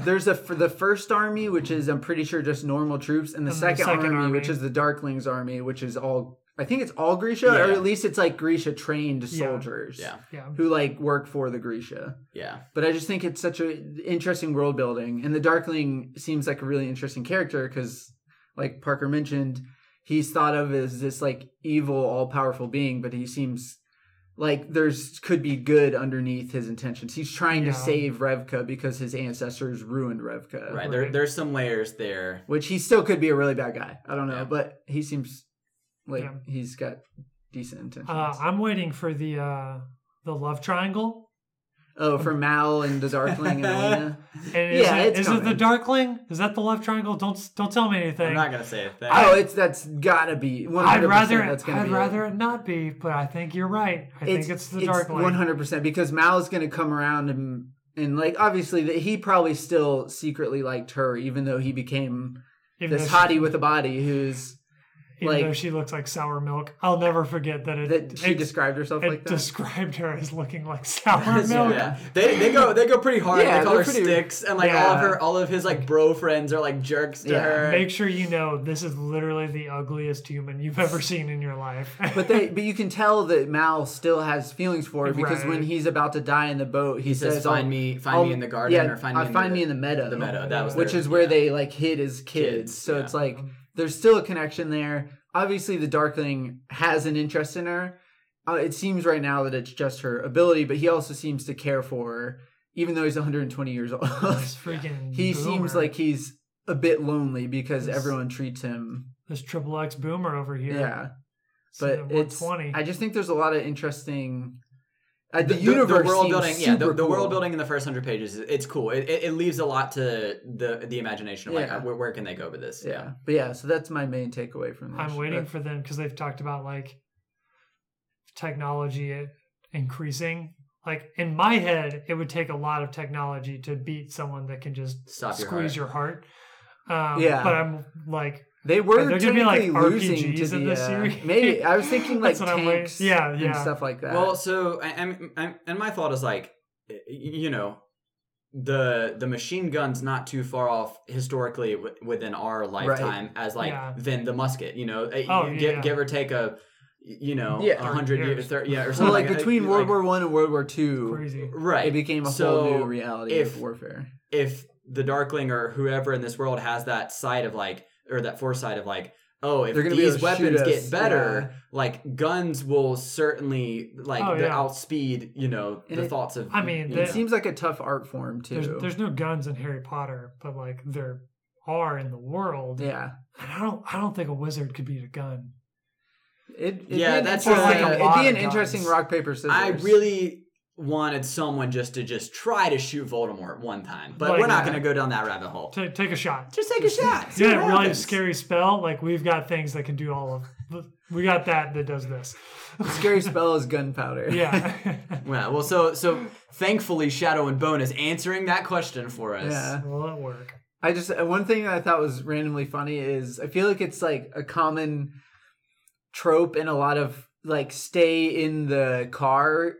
Speaker 4: There's a for the first army, which is I'm pretty sure just normal troops, and the,
Speaker 1: And the
Speaker 4: second,
Speaker 1: second
Speaker 4: army,
Speaker 1: army.
Speaker 4: which is the Darklings army, which is all I think it's all Grisha, or
Speaker 2: Yeah.
Speaker 4: at least it's like Grisha trained
Speaker 1: Yeah.
Speaker 4: soldiers
Speaker 2: Yeah,
Speaker 1: yeah.
Speaker 4: who like work for the Grisha.
Speaker 2: yeah.
Speaker 4: But I just think it's such an interesting world building, and the Darkling seems like a really interesting character because, like Parker mentioned, he's thought of as this like evil, all powerful being, but he seems like there's could be good underneath his intentions. He's trying
Speaker 1: Yeah.
Speaker 4: to save Revka because his ancestors ruined Revka,
Speaker 2: Right. There,
Speaker 1: Right.
Speaker 2: there's some layers there.
Speaker 4: which he still could be a really bad guy. I don't know,
Speaker 2: Yeah.
Speaker 4: but he seems like
Speaker 1: Yeah.
Speaker 4: he's got decent intentions.
Speaker 1: Uh, I'm waiting for the uh, the love triangle.
Speaker 4: oh, for Mal and the Darkling and Elena.
Speaker 1: And is
Speaker 4: Yeah,
Speaker 1: it,
Speaker 4: it's
Speaker 1: is it the
Speaker 4: coming.
Speaker 1: Darkling? Is that the love triangle? Don't s- don't tell me
Speaker 2: I'm
Speaker 1: anything.
Speaker 2: not gonna say a thing.
Speaker 4: Oh, it's that's gotta be. 100%
Speaker 1: I'd rather
Speaker 4: that's
Speaker 1: it,
Speaker 4: gonna
Speaker 1: I'd
Speaker 4: be it.
Speaker 1: rather it not be, but I think you're right. I think it's the Darkling.
Speaker 4: One hundred percent, because Mal's gonna come around and and like obviously that he probably still secretly liked her, even though he became
Speaker 1: even
Speaker 4: this
Speaker 1: though she-
Speaker 4: hottie with a body who's
Speaker 1: even
Speaker 4: like-
Speaker 1: though she looks like sour milk. I'll never forget that it
Speaker 4: that she
Speaker 1: it,
Speaker 4: described herself
Speaker 1: it
Speaker 4: like that.
Speaker 1: described her as looking like sour
Speaker 4: That's
Speaker 1: milk.
Speaker 2: Yeah, they, they go they go pretty hard.
Speaker 4: Yeah,
Speaker 2: they call
Speaker 4: they're
Speaker 2: her
Speaker 4: pretty-
Speaker 2: sticks, and like all of
Speaker 4: Yeah.
Speaker 2: her all of his like bro friends are like jerks to
Speaker 4: Yeah.
Speaker 2: her.
Speaker 1: Make sure you know this is literally the ugliest human you've ever seen in your life.
Speaker 4: but they but you can tell that Mal still has feelings for her because
Speaker 1: Right.
Speaker 4: when he's about to die in the boat, he,
Speaker 2: he says, "Find
Speaker 4: "I'll-
Speaker 2: me, find
Speaker 4: "Oh, I'll-
Speaker 2: me in the garden,
Speaker 4: yeah,
Speaker 2: or find me,
Speaker 4: I'll
Speaker 2: in,
Speaker 4: find
Speaker 2: the,
Speaker 4: me in the meadow."
Speaker 2: the meadow." That was
Speaker 4: which
Speaker 2: their-
Speaker 4: is where
Speaker 2: yeah.
Speaker 4: they like hid his kids.
Speaker 2: Kids,
Speaker 4: so it's
Speaker 2: yeah.
Speaker 4: like there's still a connection there. Obviously, the Darkling has an interest in her. Uh, it seems right now that it's just her ability, but he also seems to care for her, even though he's 120 years old.
Speaker 1: this freaking
Speaker 4: he seems
Speaker 1: boomer,
Speaker 4: like he's a bit lonely because
Speaker 1: Yes.
Speaker 4: everyone treats him.
Speaker 1: this triple X boomer over here.
Speaker 4: Yeah,
Speaker 1: sitting
Speaker 4: but
Speaker 1: at
Speaker 4: it's.
Speaker 1: 120.
Speaker 4: I just think there's a lot of interesting. Uh,
Speaker 2: The,
Speaker 4: the,
Speaker 2: the- the
Speaker 4: universe,
Speaker 2: world
Speaker 4: seems
Speaker 2: building, yeah, the,
Speaker 4: super
Speaker 2: the
Speaker 4: cool.
Speaker 2: world building in the first hundred pages, it's cool. It, it, it leaves a lot to the the imagination of like,
Speaker 4: Yeah.
Speaker 2: uh, where, where can they go with this?
Speaker 4: Yeah, but yeah, so that's my main takeaway from this.
Speaker 1: I'm waiting
Speaker 4: But-
Speaker 1: for them because they've talked about like technology increasing. Like in my head, it would take a lot of technology to beat someone that can just
Speaker 2: Stop your
Speaker 1: squeeze
Speaker 2: heart.
Speaker 1: your heart. Um,
Speaker 4: Yeah.
Speaker 1: but I'm like,
Speaker 4: They were
Speaker 1: They're gonna be,
Speaker 4: technically
Speaker 1: like,
Speaker 4: losing
Speaker 1: RPGs
Speaker 4: to
Speaker 1: in
Speaker 4: the
Speaker 1: this
Speaker 4: uh,
Speaker 1: series.
Speaker 4: maybe I was thinking like
Speaker 1: That's what I'm
Speaker 4: tanks,
Speaker 1: waiting- yeah,
Speaker 4: and
Speaker 1: yeah.
Speaker 4: stuff like that.
Speaker 2: Well, so I- I'm, I'm, and my thought is like, y- you know, the the machine gun's not too far off historically w- within our lifetime as like
Speaker 1: Yeah.
Speaker 2: than the musket. You know, Eh,
Speaker 1: Oh,
Speaker 2: give,
Speaker 1: yeah, yeah.
Speaker 2: give or take a, you know,
Speaker 4: Yeah.
Speaker 2: a hundred
Speaker 1: Thirty
Speaker 2: years,
Speaker 1: years.
Speaker 2: thir- yeah, or
Speaker 4: so
Speaker 2: something
Speaker 4: like
Speaker 2: that.
Speaker 4: between
Speaker 2: Like,
Speaker 4: World War One and World War Two,
Speaker 1: crazy.
Speaker 2: right,
Speaker 4: it became a
Speaker 2: So,
Speaker 4: whole new reality
Speaker 2: if-
Speaker 4: of warfare.
Speaker 2: if the Darkling or whoever in this world has that sight of like, or that foresight of like, oh, if
Speaker 4: They're gonna be
Speaker 2: these
Speaker 4: able to shoot
Speaker 2: weapons
Speaker 4: us,
Speaker 2: get better, like guns will certainly like
Speaker 1: Oh,
Speaker 2: the-
Speaker 1: yeah.
Speaker 2: outspeed, you know,
Speaker 4: And
Speaker 2: the
Speaker 4: it-
Speaker 2: thoughts of.
Speaker 1: I mean,
Speaker 2: you
Speaker 1: that-
Speaker 4: It
Speaker 2: know.
Speaker 4: seems like a tough art form too.
Speaker 1: There's, there's no guns in Harry Potter, but like there are in the world.
Speaker 4: yeah,
Speaker 1: And I don't, I don't think a wizard could beat a gun.
Speaker 4: it it'd
Speaker 2: Yeah,
Speaker 4: be an
Speaker 2: that's
Speaker 4: interesting-
Speaker 2: like a
Speaker 4: it'd
Speaker 1: lot
Speaker 4: be
Speaker 1: of
Speaker 4: an interesting
Speaker 1: guns.
Speaker 4: rock paper scissors.
Speaker 2: I really wanted someone just to just try to shoot Voldemort one time, but
Speaker 1: Like,
Speaker 2: we're not
Speaker 1: yeah.
Speaker 2: going to go down that rabbit hole.
Speaker 1: Ta take a shot.
Speaker 2: Just take a shot. see
Speaker 1: Yeah,
Speaker 2: what
Speaker 1: really
Speaker 2: happens.
Speaker 1: scary spell. Like we've got things that can do all of. We got that that does this.
Speaker 4: scary spell is gunpowder.
Speaker 1: Yeah.
Speaker 2: Yeah, well, so so thankfully, Shadow and Bone is answering that question for us.
Speaker 4: Yeah.
Speaker 1: Will it work?
Speaker 4: I just uh, one thing that I thought was randomly funny is I feel like it's like a common trope in a lot of like stay in the car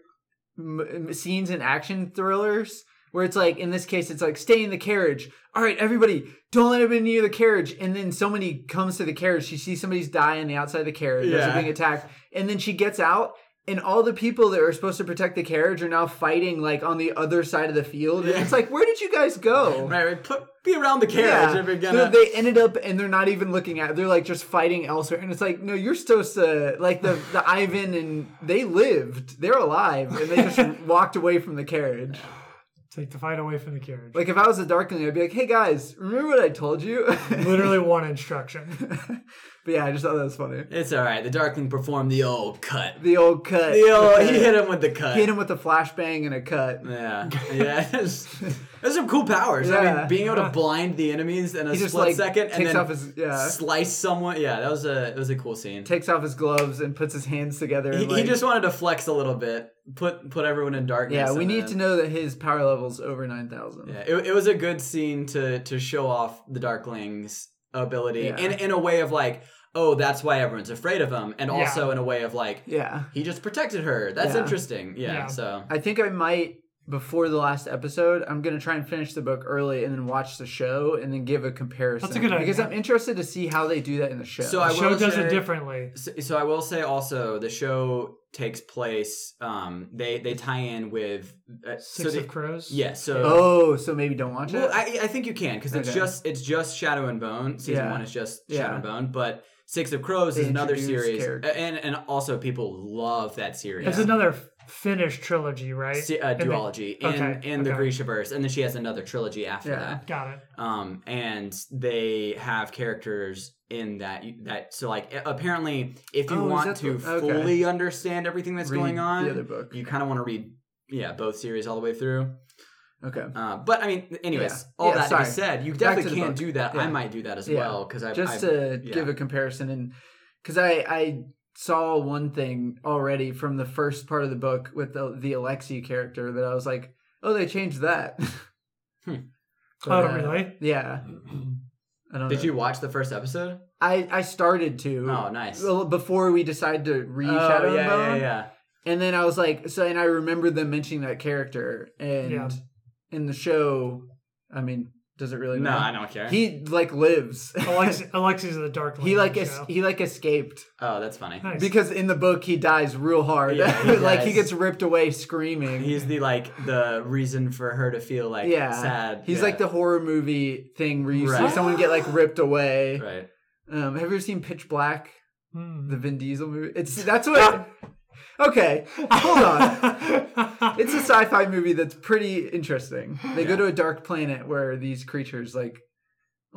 Speaker 4: m- m- scenes in action thrillers where it's like in this case it's like stay in the carriage. All right, everybody, don't let anybody near the carriage. And then somebody comes to the carriage. She sees somebody's dying on the outside of the carriage. Yeah.
Speaker 2: Yeah.
Speaker 4: being attacked, and then she gets out. And all the people that are supposed to protect the carriage are now fighting like on the other side of the field. And
Speaker 2: Yeah.
Speaker 4: it's like, where did you guys go?
Speaker 2: Right, right, put, be around the carriage if you're
Speaker 4: so
Speaker 2: gonna.
Speaker 4: they ended up and they're not even looking at. it. They're like just fighting elsewhere, and it's like, no, you're supposed to like the the Ivan and they lived. They're alive, and they just walked away from the carriage.
Speaker 1: Take the fight away from the carriage.
Speaker 4: Like if I was a Darkling, I'd be like, hey guys, remember what I told you? but
Speaker 1: Literally one instruction.
Speaker 4: yeah, I just thought that was funny.
Speaker 2: It's all right. The Darkling performed the old cut.
Speaker 4: The old cut.
Speaker 2: The old,
Speaker 4: with the-
Speaker 2: he hit him with the cut.
Speaker 4: hit him with a flashbang and a cut.
Speaker 2: Yeah, yeah. There's some cool powers. I mean,
Speaker 4: Yeah.
Speaker 2: being able to blind the enemies in a
Speaker 4: He just
Speaker 2: split
Speaker 4: like
Speaker 2: second and
Speaker 4: takes
Speaker 2: then
Speaker 4: off his yeah,
Speaker 2: slice someone. Yeah, that was a it was a cool scene.
Speaker 4: takes off his gloves and puts his hands together.
Speaker 2: He,
Speaker 4: and,
Speaker 2: he
Speaker 4: like-
Speaker 2: just wanted to flex a little bit, put put everyone in darkness.
Speaker 4: yeah. We
Speaker 2: and
Speaker 4: need to
Speaker 2: then-
Speaker 4: know that his power level's over nine thousand.
Speaker 2: Yeah, it, it was a good scene to to show off the Darkling's ability
Speaker 4: Yeah.
Speaker 2: in in a way of like, oh, that's why everyone's afraid of him, and
Speaker 1: Yeah.
Speaker 2: also in a way of like,
Speaker 4: Yeah.
Speaker 2: he just protected her. That's
Speaker 4: Yeah.
Speaker 2: interesting. Yeah,
Speaker 1: Yeah.
Speaker 2: So
Speaker 4: I think I might before the last episode. I'm gonna try and finish the book early and then watch the show and then give a comparison.
Speaker 1: That's a good
Speaker 4: because
Speaker 1: idea.
Speaker 4: I'm interested to see how they do that in the show.
Speaker 2: So
Speaker 1: The
Speaker 2: I
Speaker 1: show
Speaker 2: will
Speaker 1: does
Speaker 2: say-
Speaker 1: it differently.
Speaker 2: so, so I will say also the show takes place. Um, they they tie in with uh, so
Speaker 1: Six
Speaker 2: they,
Speaker 1: of Crows.
Speaker 2: yeah. So
Speaker 4: oh, so maybe don't watch
Speaker 2: Well,
Speaker 4: it.
Speaker 2: I, I think you can because it's
Speaker 4: Okay.
Speaker 2: just it's just Shadow and Bone. Season
Speaker 4: Yeah.
Speaker 2: one is just
Speaker 4: Yeah.
Speaker 2: Shadow and Bone, but Six of Crows
Speaker 4: They
Speaker 2: is another
Speaker 4: introduce
Speaker 2: series,
Speaker 4: characters.
Speaker 2: and and also people love that series.
Speaker 1: It's another Finnish trilogy, right?
Speaker 2: Se- uh,
Speaker 1: And they-
Speaker 2: duology in
Speaker 1: Okay,
Speaker 2: in the
Speaker 1: okay.
Speaker 2: Grishaverse, and then she has another trilogy after
Speaker 4: Yeah.
Speaker 2: that.
Speaker 1: Got it.
Speaker 2: Um, and they have characters in that that so like a- apparently if you
Speaker 4: Oh, is
Speaker 2: want
Speaker 4: that
Speaker 2: to
Speaker 4: the- okay.
Speaker 2: fully understand everything that's
Speaker 4: Read
Speaker 2: going on,
Speaker 4: the other book.
Speaker 2: you kind of want to read yeah both series all the way through.
Speaker 4: Okay.
Speaker 2: Uh, but I mean, anyways,
Speaker 4: Yeah.
Speaker 2: all
Speaker 4: Yeah,
Speaker 2: that
Speaker 4: sorry.
Speaker 2: to be said, you
Speaker 4: Back to
Speaker 2: definitely
Speaker 4: the
Speaker 2: can't
Speaker 4: book.
Speaker 2: do that.
Speaker 4: Yeah.
Speaker 2: I might do that as
Speaker 4: Yeah.
Speaker 2: well because I
Speaker 4: just
Speaker 2: I,
Speaker 4: to
Speaker 2: yeah.
Speaker 4: give a comparison and because I I saw one thing already from the first part of the book with the, the Alexi character that I was like, oh, they changed that.
Speaker 2: Hmm.
Speaker 4: But,
Speaker 1: oh,
Speaker 4: uh,
Speaker 1: really?
Speaker 4: Yeah. I don't
Speaker 2: Did
Speaker 4: know.
Speaker 2: you watch the first episode?
Speaker 4: I I started to.
Speaker 2: Oh, nice.
Speaker 4: Well, Before we decided to read
Speaker 2: Oh,
Speaker 4: Shadow and
Speaker 2: yeah,
Speaker 4: Bone,
Speaker 2: yeah, yeah.
Speaker 4: and then I was like, so, and I remembered them mentioning that character, and
Speaker 1: Yeah.
Speaker 4: in the show, I mean, does it really
Speaker 2: No, I
Speaker 4: matter?
Speaker 2: don't care.
Speaker 4: he like lives.
Speaker 1: Alexi, Alexi's the Dark
Speaker 4: he
Speaker 1: Lady
Speaker 4: like es-
Speaker 1: show.
Speaker 4: he like escaped
Speaker 2: oh, that's funny.
Speaker 1: Nice.
Speaker 4: because in the book he dies real hard.
Speaker 2: Yeah, he
Speaker 4: like he
Speaker 2: dies.
Speaker 4: gets ripped away screaming.
Speaker 2: He's the like the reason for her to feel like
Speaker 4: yeah,
Speaker 2: sad.
Speaker 4: He's
Speaker 2: Yeah.
Speaker 4: like the horror movie thing where you
Speaker 2: Right.
Speaker 4: see someone get like ripped away.
Speaker 2: right.
Speaker 4: Um, have you ever seen Pitch Black,
Speaker 1: Hmm.
Speaker 4: the Vin Diesel movie? It's that's
Speaker 2: Ah.
Speaker 4: what. okay, hold on. It's a sci-fi movie that's pretty interesting. They
Speaker 2: Yeah.
Speaker 4: go to a dark planet where these creatures like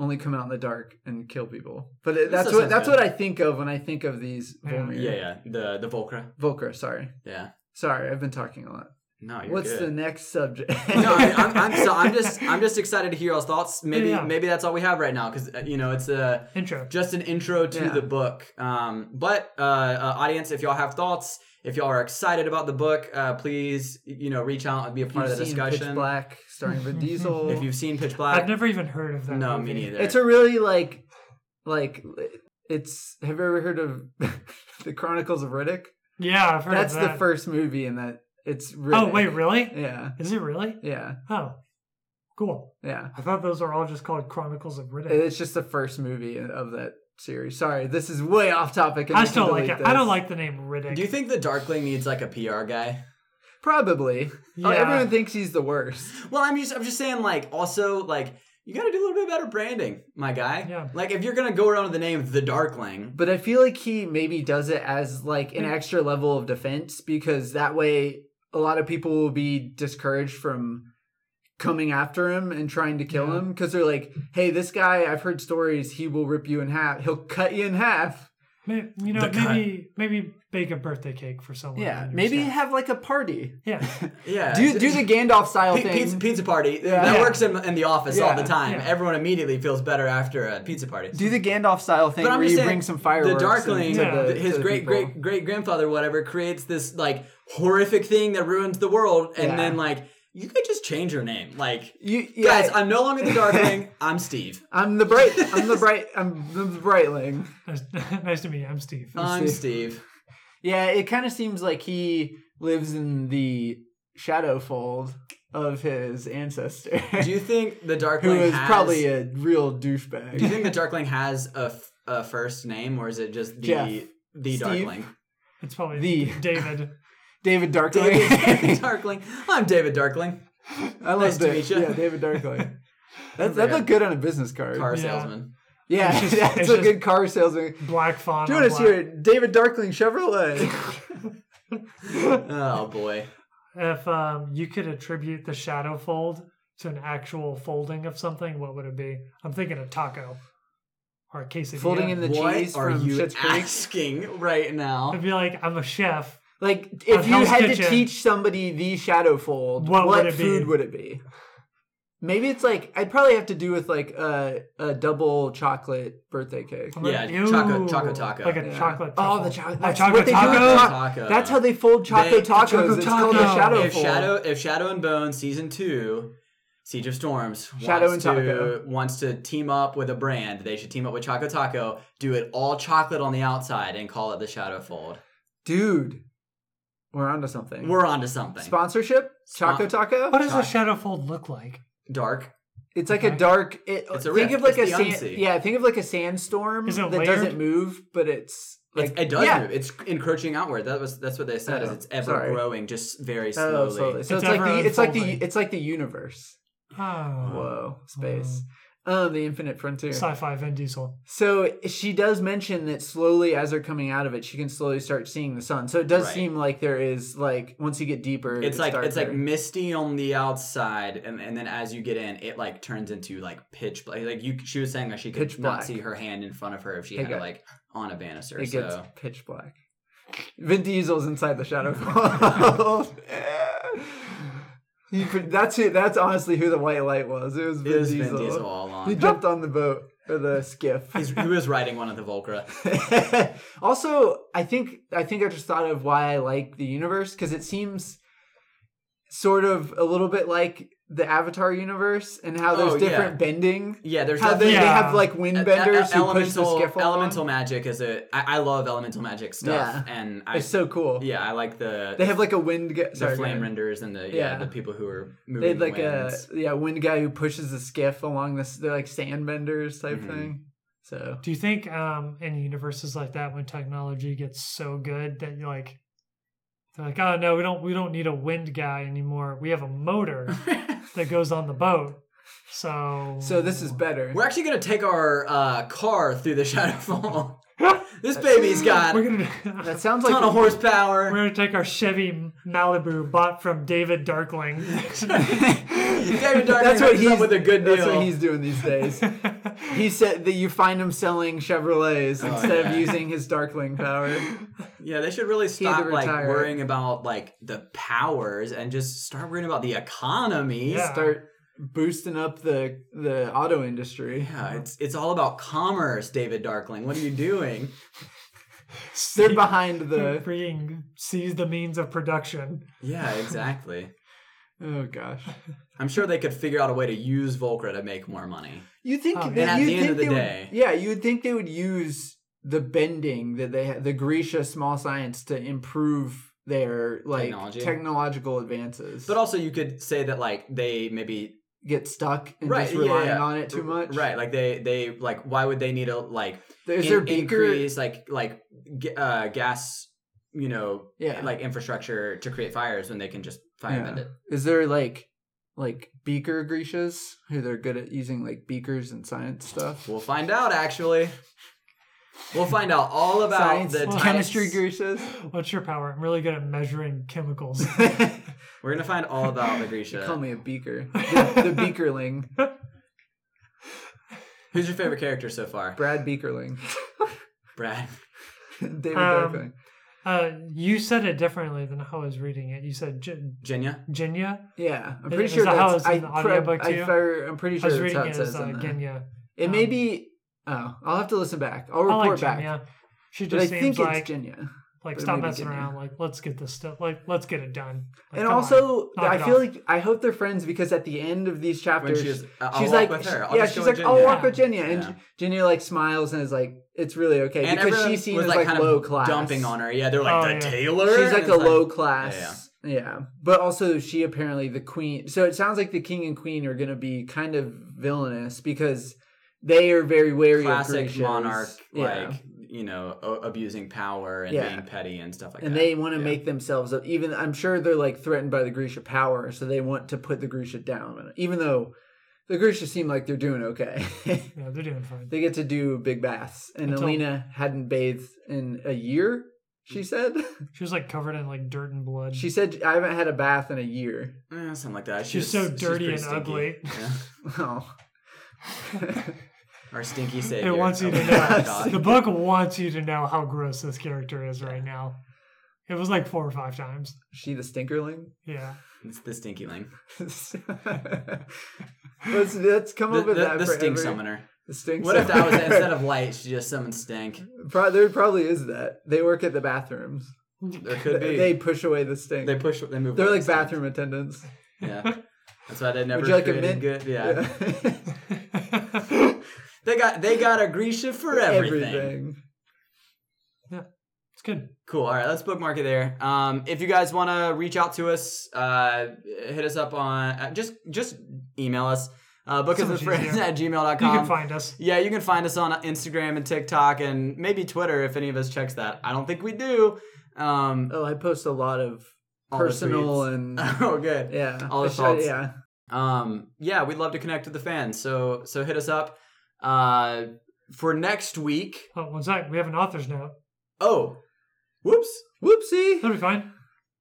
Speaker 4: only come out in the dark and kill people. But it,
Speaker 2: That
Speaker 4: that's
Speaker 2: still
Speaker 4: what
Speaker 2: sounds
Speaker 4: that's
Speaker 2: good.
Speaker 4: what I think of when I think of these
Speaker 1: Yeah.
Speaker 4: Volmir.
Speaker 2: Yeah, yeah. The the Volcra.
Speaker 4: Volker, sorry.
Speaker 2: Yeah.
Speaker 4: Sorry, I've been talking a lot.
Speaker 2: No, you're
Speaker 4: What's the
Speaker 2: good.
Speaker 4: next subject?
Speaker 2: no, I mean, I'm, I'm, so I'm just I'm just excited to hear y'all's thoughts. Maybe
Speaker 1: Yeah.
Speaker 2: maybe that's all we have right now because you know it's a.
Speaker 1: intro.
Speaker 2: just an intro to
Speaker 4: Yeah.
Speaker 2: the book. Um, but uh, uh, audience, if y'all have thoughts, if y'all are excited about the book, uh, please you know reach out and be a
Speaker 4: If
Speaker 2: part of the
Speaker 4: you've seen Pitch
Speaker 2: discussion.
Speaker 4: Black starring Vin Diesel.
Speaker 2: If you've seen Pitch Black,
Speaker 1: I've never even heard of that.
Speaker 2: no, me
Speaker 1: movie.
Speaker 2: neither.
Speaker 4: it's a really like like it's have you ever heard of the Chronicles of Riddick?
Speaker 1: Yeah, I've heard
Speaker 4: That's
Speaker 1: of
Speaker 4: the
Speaker 1: that.
Speaker 4: first movie in that it's Riddick.
Speaker 1: Oh wait, really?
Speaker 4: Yeah.
Speaker 1: Is it really?
Speaker 4: Yeah.
Speaker 1: Oh, cool.
Speaker 4: Yeah.
Speaker 1: I thought those were all just called Chronicles of Riddick.
Speaker 4: It's just the first movie of that series. Sorry, this is way off topic. and
Speaker 1: I
Speaker 4: you can
Speaker 1: still like
Speaker 4: delete
Speaker 1: it. I
Speaker 4: this.
Speaker 1: don't like the name Riddick.
Speaker 2: Do you think the Darkling needs like a PR guy?
Speaker 4: Probably. Oh,
Speaker 1: Yeah.
Speaker 4: everyone thinks he's the worst.
Speaker 2: Well, I'm just I'm just saying like also like you got to do a little bit better branding, my guy.
Speaker 1: Yeah.
Speaker 2: Like if you're gonna go around with the name the Darkling,
Speaker 4: But I feel like he maybe does it as like an extra level of defense because that way a lot of people will be discouraged from coming after him and trying to kill
Speaker 1: Yeah.
Speaker 4: him because they're like, "Hey, this guy, I've heard stories. He will rip you in half. He'll cut you in half."
Speaker 1: May- you know,
Speaker 2: The guy-
Speaker 1: maybe maybe bake a birthday cake for someone.
Speaker 4: Yeah,
Speaker 1: on your
Speaker 4: maybe
Speaker 1: staff.
Speaker 4: have like a party.
Speaker 1: Yeah,
Speaker 2: yeah.
Speaker 4: Do do the Gandalf style
Speaker 2: Pi- Pizza,
Speaker 4: thing.
Speaker 2: pizza party
Speaker 4: Yeah.
Speaker 2: that
Speaker 4: Yeah.
Speaker 2: works in, in the office all
Speaker 4: Yeah.
Speaker 2: the time.
Speaker 1: Yeah.
Speaker 2: Everyone immediately feels better after a pizza party.
Speaker 4: Do the Gandalf style thing
Speaker 2: But I'm
Speaker 4: where
Speaker 2: just
Speaker 4: you
Speaker 2: saying,
Speaker 4: bring some fireworks.
Speaker 2: The Darkling,
Speaker 4: into
Speaker 1: Yeah.
Speaker 4: the-
Speaker 2: th- his
Speaker 4: to the
Speaker 2: great
Speaker 4: people.
Speaker 2: great great grandfather, whatever, creates this like horrific thing that ruins the world, and
Speaker 4: Yeah.
Speaker 2: then like you could just change your name, like.
Speaker 4: You,
Speaker 2: Guys,
Speaker 4: yeah,
Speaker 2: I'm no longer the Darkling. I'm Steve.
Speaker 4: I'm the bright. I'm the bright. I'm the brightling.
Speaker 1: nice, nice to meet you. I'm Steve.
Speaker 2: I'm
Speaker 4: Steve.
Speaker 2: Steve.
Speaker 4: Yeah, it kind of seems like he lives in the shadow fold of his ancestor,
Speaker 2: Do you think the
Speaker 4: who
Speaker 2: Darkling
Speaker 4: is
Speaker 2: has?
Speaker 4: probably a real
Speaker 2: do you
Speaker 4: douchebag.
Speaker 2: think the Darkling has a, f- a first name, or is it just the
Speaker 4: Jeff.
Speaker 2: the
Speaker 4: Steve.
Speaker 2: Darkling?
Speaker 1: It's probably
Speaker 4: The-
Speaker 1: David.
Speaker 4: David
Speaker 2: David
Speaker 4: Darkling.
Speaker 2: Darkling. I'm David Darkling,
Speaker 4: I love
Speaker 2: Nice to
Speaker 4: that.
Speaker 2: meet ya.
Speaker 4: Yeah, David Darkling. That's,
Speaker 2: Yeah.
Speaker 4: that'd look good on a business card.
Speaker 2: car
Speaker 1: Yeah.
Speaker 2: salesman.
Speaker 4: Yeah,
Speaker 1: It's just-
Speaker 4: that's
Speaker 1: it's
Speaker 4: a
Speaker 1: just-
Speaker 4: good car salesman.
Speaker 1: Black Fawn.
Speaker 4: Join
Speaker 1: on
Speaker 4: us
Speaker 1: Black.
Speaker 4: here at David Darkling Chevrolet.
Speaker 2: Oh boy.
Speaker 1: If um, you could attribute the shadow fold to an actual folding of something, what would it be? I'm thinking a taco or a quesadilla.
Speaker 4: Folding in the
Speaker 2: what
Speaker 4: cheese
Speaker 2: are
Speaker 4: from
Speaker 2: you
Speaker 4: Schitt's Creek.
Speaker 2: asking right now?
Speaker 1: I'd be like, I'm a chef.
Speaker 4: Like, if
Speaker 1: On
Speaker 4: you
Speaker 1: Hell's
Speaker 4: had to
Speaker 1: Kitchen.
Speaker 4: teach somebody the shadow fold, what,
Speaker 1: What would it be?
Speaker 4: food would it be? Maybe it's like I'd probably have to do with like a a double chocolate birthday cake.
Speaker 1: I'm gonna-
Speaker 2: Yeah, choco- choco taco.
Speaker 1: Like a
Speaker 4: Yeah.
Speaker 1: chocolate.
Speaker 4: Oh,
Speaker 1: taco.
Speaker 4: the chocolate.
Speaker 1: A
Speaker 4: That's
Speaker 1: chocolate
Speaker 4: what they do with
Speaker 1: taco?
Speaker 4: cho-
Speaker 2: Taco.
Speaker 4: That's how they fold choco
Speaker 2: They-
Speaker 4: tacos.
Speaker 1: Choco
Speaker 4: it's called the
Speaker 1: taco.
Speaker 4: shadow
Speaker 2: if
Speaker 4: fold.
Speaker 2: Shadow if Shadow and Bone season two Siege of Storms
Speaker 4: Shadow
Speaker 2: wants
Speaker 4: and
Speaker 2: to,
Speaker 4: Taco.
Speaker 2: wants to team up with a brand. They should team up with Choco Taco, do it all chocolate on the outside, and call it the Shadow Fold.
Speaker 4: Dude, we're onto something.
Speaker 2: We're onto something.
Speaker 4: Sponsorship? Choco
Speaker 2: Spon-
Speaker 4: Taco?
Speaker 1: What does a
Speaker 2: Sorry.
Speaker 1: shadow fold look like?
Speaker 2: Dark.
Speaker 4: It's like a
Speaker 1: Okay.
Speaker 4: dark. It,
Speaker 2: It's a
Speaker 4: think
Speaker 2: rift.
Speaker 4: of like
Speaker 2: It's
Speaker 4: a
Speaker 2: the
Speaker 4: sand,
Speaker 2: unsea.
Speaker 4: yeah. Think of like a sandstorm
Speaker 1: Is it
Speaker 4: that
Speaker 1: layered?
Speaker 4: doesn't move, but it's like
Speaker 2: It's it does
Speaker 4: yeah.
Speaker 2: move. It's encroaching outward. That was that's what they said. Is
Speaker 4: Oh,
Speaker 2: it's ever
Speaker 4: sorry.
Speaker 2: growing, just very
Speaker 4: Oh,
Speaker 2: slowly.
Speaker 4: slowly. So
Speaker 1: It's
Speaker 4: it's, like
Speaker 1: ever
Speaker 4: the it's like the
Speaker 1: unfolding.
Speaker 4: it's like the universe.
Speaker 1: Oh,
Speaker 4: Whoa, space. Oh, the infinite frontier.
Speaker 1: sci-fi Vin Diesel.
Speaker 4: So she does mention that slowly, as they're coming out of it, she can slowly start seeing the sun. So it does
Speaker 2: Right.
Speaker 4: seem like there is like once you get deeper,
Speaker 2: It's like it's like
Speaker 4: darker.
Speaker 2: misty on the outside, and, and then as you get in, it like turns into like pitch black. Like you, she was saying like she could
Speaker 4: Pitch
Speaker 2: not
Speaker 4: black.
Speaker 2: see her hand in front of her if she
Speaker 4: It
Speaker 2: had it
Speaker 4: got-
Speaker 2: like on a banister.
Speaker 4: it
Speaker 2: so
Speaker 4: gets pitch black. Vin Diesel's inside the shadow vault. You could- that's who, that's honestly who the white light was. It was Vin,
Speaker 2: it was
Speaker 4: Diesel.
Speaker 2: Vin Diesel all
Speaker 4: He
Speaker 2: along.
Speaker 4: jumped on the boat or the skiff.
Speaker 2: He's, he was riding one of the Volcra.
Speaker 4: also, I think I think I just thought of why I like the universe because it seems sort of a little bit like the Avatar universe and how there's
Speaker 2: Oh, yeah.
Speaker 4: different bending.
Speaker 2: Yeah, there's
Speaker 4: How they,
Speaker 2: definitely
Speaker 4: they
Speaker 1: Yeah.
Speaker 4: have like wind benders
Speaker 2: E- e-
Speaker 4: who push the skiff along.
Speaker 2: elemental magic is a. I, I love elemental magic stuff, and I
Speaker 4: It's so cool.
Speaker 2: yeah I like the
Speaker 4: They have like a wind. Gu-
Speaker 2: the
Speaker 4: sorry,
Speaker 2: flame
Speaker 4: go ahead.
Speaker 2: renders and the yeah,
Speaker 4: Yeah.
Speaker 2: the people who are
Speaker 4: They
Speaker 2: moving
Speaker 4: had like
Speaker 2: winds.
Speaker 4: a yeah wind guy who pushes the skiff along this. They're like sand benders type
Speaker 2: Mhm.
Speaker 4: thing. So
Speaker 1: Do you think um, in universes like that, when technology gets so good that you like, they're like, oh no, we don't, we don't need a wind guy anymore. We have a motor that goes on the boat. So,
Speaker 4: so this is better.
Speaker 2: We're actually gonna take our uh, car through the Shadowfall. this baby's got
Speaker 1: We're
Speaker 2: a
Speaker 1: gonna
Speaker 4: That sounds like
Speaker 2: ton of
Speaker 1: we're
Speaker 2: horsepower.
Speaker 1: gonna take our Chevy Malibu bought from David Darkling.
Speaker 2: David Darkman
Speaker 4: that's what
Speaker 2: hooks up
Speaker 4: he's
Speaker 2: with a good deal.
Speaker 4: That's what he's doing these days. he said that you find him selling Chevrolets
Speaker 2: Oh,
Speaker 4: instead
Speaker 2: yeah.
Speaker 4: of using his Darkling power.
Speaker 2: yeah, they should really
Speaker 4: had to
Speaker 2: stop like
Speaker 4: retire.
Speaker 2: worrying about like the powers and just start worrying about the economy.
Speaker 1: Yeah.
Speaker 4: Start boosting up the the auto industry.
Speaker 2: Yeah, it's it's all about commerce, David Darkling. What are you doing?
Speaker 4: They're behind the
Speaker 1: freaking seize the means of production.
Speaker 2: Yeah, exactly.
Speaker 4: oh gosh.
Speaker 2: I'm sure they could figure out a way to use Volcra to make more money.
Speaker 4: You think
Speaker 1: Oh,
Speaker 4: that-
Speaker 1: yeah.
Speaker 2: And at
Speaker 4: you'd
Speaker 2: the end
Speaker 4: think
Speaker 2: of the
Speaker 4: they would-
Speaker 2: day-
Speaker 4: yeah, you would think they would use the bending that they had, the Grisha small science to improve their like
Speaker 2: Technology.
Speaker 4: technological advances.
Speaker 2: But also, you could say that like they maybe
Speaker 4: get stuck and
Speaker 2: Right,
Speaker 4: just
Speaker 2: yeah,
Speaker 4: relying
Speaker 2: yeah.
Speaker 4: on it too much.
Speaker 2: Right, like they they like why would they need a like
Speaker 4: Is
Speaker 2: in-
Speaker 4: there beaker?
Speaker 2: increase like like g- uh gas you know
Speaker 4: Yeah.
Speaker 2: like infrastructure to create fires when they can just firebend
Speaker 4: Yeah.
Speaker 2: it.
Speaker 4: Is there like like beaker Grishas who they're good at using like beakers and science stuff?
Speaker 2: We'll find out actually. We'll find out all about
Speaker 4: science,
Speaker 2: the types.
Speaker 4: chemistry Grishas.
Speaker 1: What's your power? I'm really good at measuring chemicals.
Speaker 2: We're gonna find all about the
Speaker 4: They
Speaker 2: Grisha.
Speaker 4: Call me a beaker. The, the beakerling,
Speaker 2: Who's your favorite character so far?
Speaker 4: Brad Beakerling,
Speaker 2: Brad.
Speaker 4: David
Speaker 1: Um,
Speaker 4: Beakerling.
Speaker 1: Uh, you said it differently than how I was reading it. You said Jin-
Speaker 2: Jenya.
Speaker 1: Jinya.
Speaker 4: Yeah, I'm
Speaker 1: is-
Speaker 4: pretty
Speaker 1: is
Speaker 4: sure
Speaker 1: that how
Speaker 4: that's.
Speaker 1: it's
Speaker 4: I,
Speaker 1: in the audiobook
Speaker 4: pre- I,
Speaker 1: too?
Speaker 4: fer- I'm pretty
Speaker 1: I
Speaker 4: sure
Speaker 1: was
Speaker 4: that's how
Speaker 1: reading
Speaker 4: it,
Speaker 1: it as
Speaker 4: says
Speaker 1: uh,
Speaker 4: in there.
Speaker 1: Genya.
Speaker 4: It may be. Oh, I'll have to listen back. I'll report
Speaker 1: I like
Speaker 4: back.
Speaker 1: Jinya. She
Speaker 4: But I
Speaker 1: just
Speaker 4: think
Speaker 1: seems like
Speaker 4: it's Jinya.
Speaker 1: like
Speaker 4: but
Speaker 1: stop
Speaker 4: maybe
Speaker 1: messing
Speaker 4: Jinya.
Speaker 1: around. Like let's get this stuff. Like let's get it done. Like, come
Speaker 4: and
Speaker 1: on.
Speaker 4: also,
Speaker 1: Knock
Speaker 4: I
Speaker 1: it
Speaker 4: feel
Speaker 1: off.
Speaker 4: like I hope they're friends because at the end of
Speaker 2: When
Speaker 4: these chapters,
Speaker 2: she's, uh, I'll
Speaker 4: she's
Speaker 2: walk
Speaker 4: like,
Speaker 2: with her. I'll
Speaker 4: yeah,
Speaker 2: just go
Speaker 4: she's
Speaker 2: with
Speaker 4: like, "Oh, I'll
Speaker 2: Jenya."
Speaker 4: walk with Jenya, and
Speaker 2: Yeah.
Speaker 4: Jenya like smiles and is like, it's really okay
Speaker 2: And
Speaker 4: because
Speaker 2: everyone
Speaker 4: she's seen
Speaker 2: was
Speaker 4: as
Speaker 2: like,
Speaker 4: like,
Speaker 2: kind
Speaker 4: low
Speaker 2: of
Speaker 4: class,
Speaker 2: dumping on her. Yeah, they're like
Speaker 1: Oh,
Speaker 2: the
Speaker 1: yeah.
Speaker 2: tailor.
Speaker 4: She's
Speaker 2: And
Speaker 4: like
Speaker 2: it's
Speaker 4: a low class,
Speaker 2: Yeah,
Speaker 4: yeah, But also, she apparently the queen. So it sounds like the king and queen are gonna be kind of villainous because they are very wary of
Speaker 2: classic
Speaker 4: Grecia's.
Speaker 2: monarch,
Speaker 4: Yeah.
Speaker 2: like you know, o- abusing power and
Speaker 4: Yeah.
Speaker 2: being petty and stuff like
Speaker 4: and
Speaker 2: that.
Speaker 4: they want to
Speaker 2: Yeah.
Speaker 4: make themselves up. Even I'm sure they're like threatened by the Grisha power, so they want to put the Grisha down. Even though the Grisha seem like they're doing okay,
Speaker 1: yeah, they're doing fine.
Speaker 4: they get to do big baths. And
Speaker 1: Until-
Speaker 4: Alina hadn't bathed in a year. She said.
Speaker 1: She was like covered in like dirt and blood.
Speaker 4: She said I haven't had a bath in a year.
Speaker 2: Eh, something like that.
Speaker 1: She's so dirty
Speaker 2: pretty
Speaker 1: and
Speaker 2: stinky.
Speaker 1: ugly.
Speaker 2: Yeah.
Speaker 4: Oh,
Speaker 2: Our stinky
Speaker 1: it
Speaker 2: savior. Oh
Speaker 1: wants you
Speaker 2: of
Speaker 1: to
Speaker 2: the hot
Speaker 1: know.
Speaker 2: dog.
Speaker 1: the book wants you to know how gross this character is right now. It was like four or five times.
Speaker 4: is she the stinkerling?
Speaker 1: Yeah.
Speaker 2: It's the stinky ling.
Speaker 4: let's let's come
Speaker 2: The,
Speaker 4: up with
Speaker 2: the-
Speaker 4: that
Speaker 2: the
Speaker 4: for
Speaker 2: stink
Speaker 4: every-
Speaker 2: summoner.
Speaker 4: The stink
Speaker 2: What if that was
Speaker 4: summoner.
Speaker 2: instead of light, she just summoned stink?
Speaker 4: Pro- there probably is that. They work at the bathrooms.
Speaker 2: There could be.
Speaker 4: They push away the stink.
Speaker 2: They push. They move.
Speaker 4: They're
Speaker 2: away
Speaker 4: like
Speaker 2: the stink.
Speaker 4: bathroom attendants.
Speaker 2: Yeah. That's why they never
Speaker 4: you like a
Speaker 2: created good.
Speaker 4: mint?
Speaker 2: Yeah.
Speaker 1: yeah.
Speaker 2: they got they got a Grisha for everything.
Speaker 1: It's good.
Speaker 2: Cool. All right, let's bookmark it there. Um, if you guys want to reach out to us, uh, hit us up on uh, just just email us. Uh, book
Speaker 1: So
Speaker 2: us with
Speaker 1: much
Speaker 2: friends
Speaker 1: easier.
Speaker 2: at
Speaker 1: You
Speaker 4: Um,
Speaker 2: gmail.com.
Speaker 1: can find us.
Speaker 2: Yeah, you can find us on Instagram and TikTok and maybe Twitter if any of us checks that. I don't think we do. Um,
Speaker 4: Oh, I post a lot of
Speaker 2: All the
Speaker 4: personal
Speaker 2: tweets.
Speaker 4: and
Speaker 2: oh, good.
Speaker 4: yeah,
Speaker 2: All the
Speaker 4: I should-
Speaker 2: thoughts.
Speaker 4: Yeah,
Speaker 2: Um, yeah, we'd love to connect with the fans. So so hit us up. Uh, for next week.
Speaker 1: Oh, one sec. We have an author's note.
Speaker 2: Oh, whoops.
Speaker 4: whoopsie.
Speaker 1: That'll be fine.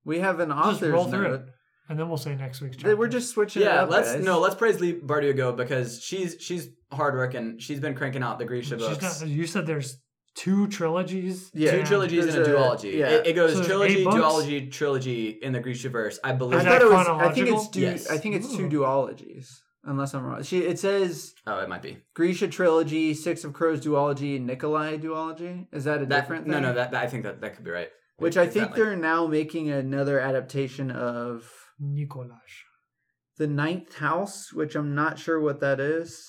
Speaker 4: We have an
Speaker 1: Just roll
Speaker 4: author's
Speaker 1: through
Speaker 4: note.
Speaker 1: it, and then we'll say next week's.
Speaker 4: They-
Speaker 1: chapter.
Speaker 4: We're just switching. it
Speaker 2: Yeah,
Speaker 4: up,
Speaker 2: let's
Speaker 4: guys.
Speaker 2: no, let's praise Lee Bardugo because she's she's hardworking. She's been cranking out the Grisha
Speaker 1: She's
Speaker 2: books.
Speaker 1: not- you said there's two trilogies.
Speaker 4: Yeah.
Speaker 2: Two
Speaker 1: and-
Speaker 2: trilogies and a,
Speaker 4: There's a-
Speaker 2: duology.
Speaker 4: yeah.
Speaker 2: It, it goes
Speaker 1: So there's
Speaker 2: trilogy,
Speaker 1: eight books?
Speaker 2: duology, trilogy in the Grisha verse. I believe.
Speaker 4: I
Speaker 1: Is
Speaker 4: thought
Speaker 1: that
Speaker 4: it was. I think
Speaker 1: chronological?
Speaker 4: it's. Du-
Speaker 2: Yes.
Speaker 4: I think it's two
Speaker 1: Ooh.
Speaker 4: duologies, unless I'm wrong. She it says
Speaker 2: oh, it might be.
Speaker 4: Grisha trilogy, Six of Crows duology, and Nikolai duology. Is that a
Speaker 2: That-
Speaker 4: different?
Speaker 2: No,
Speaker 4: thing?
Speaker 2: no, that, that- I think that that could be right.
Speaker 4: Which I think
Speaker 2: Exactly.
Speaker 4: they're now making another adaptation of
Speaker 1: Nicolaj.
Speaker 4: the Ninth House, which I'm not sure what that is.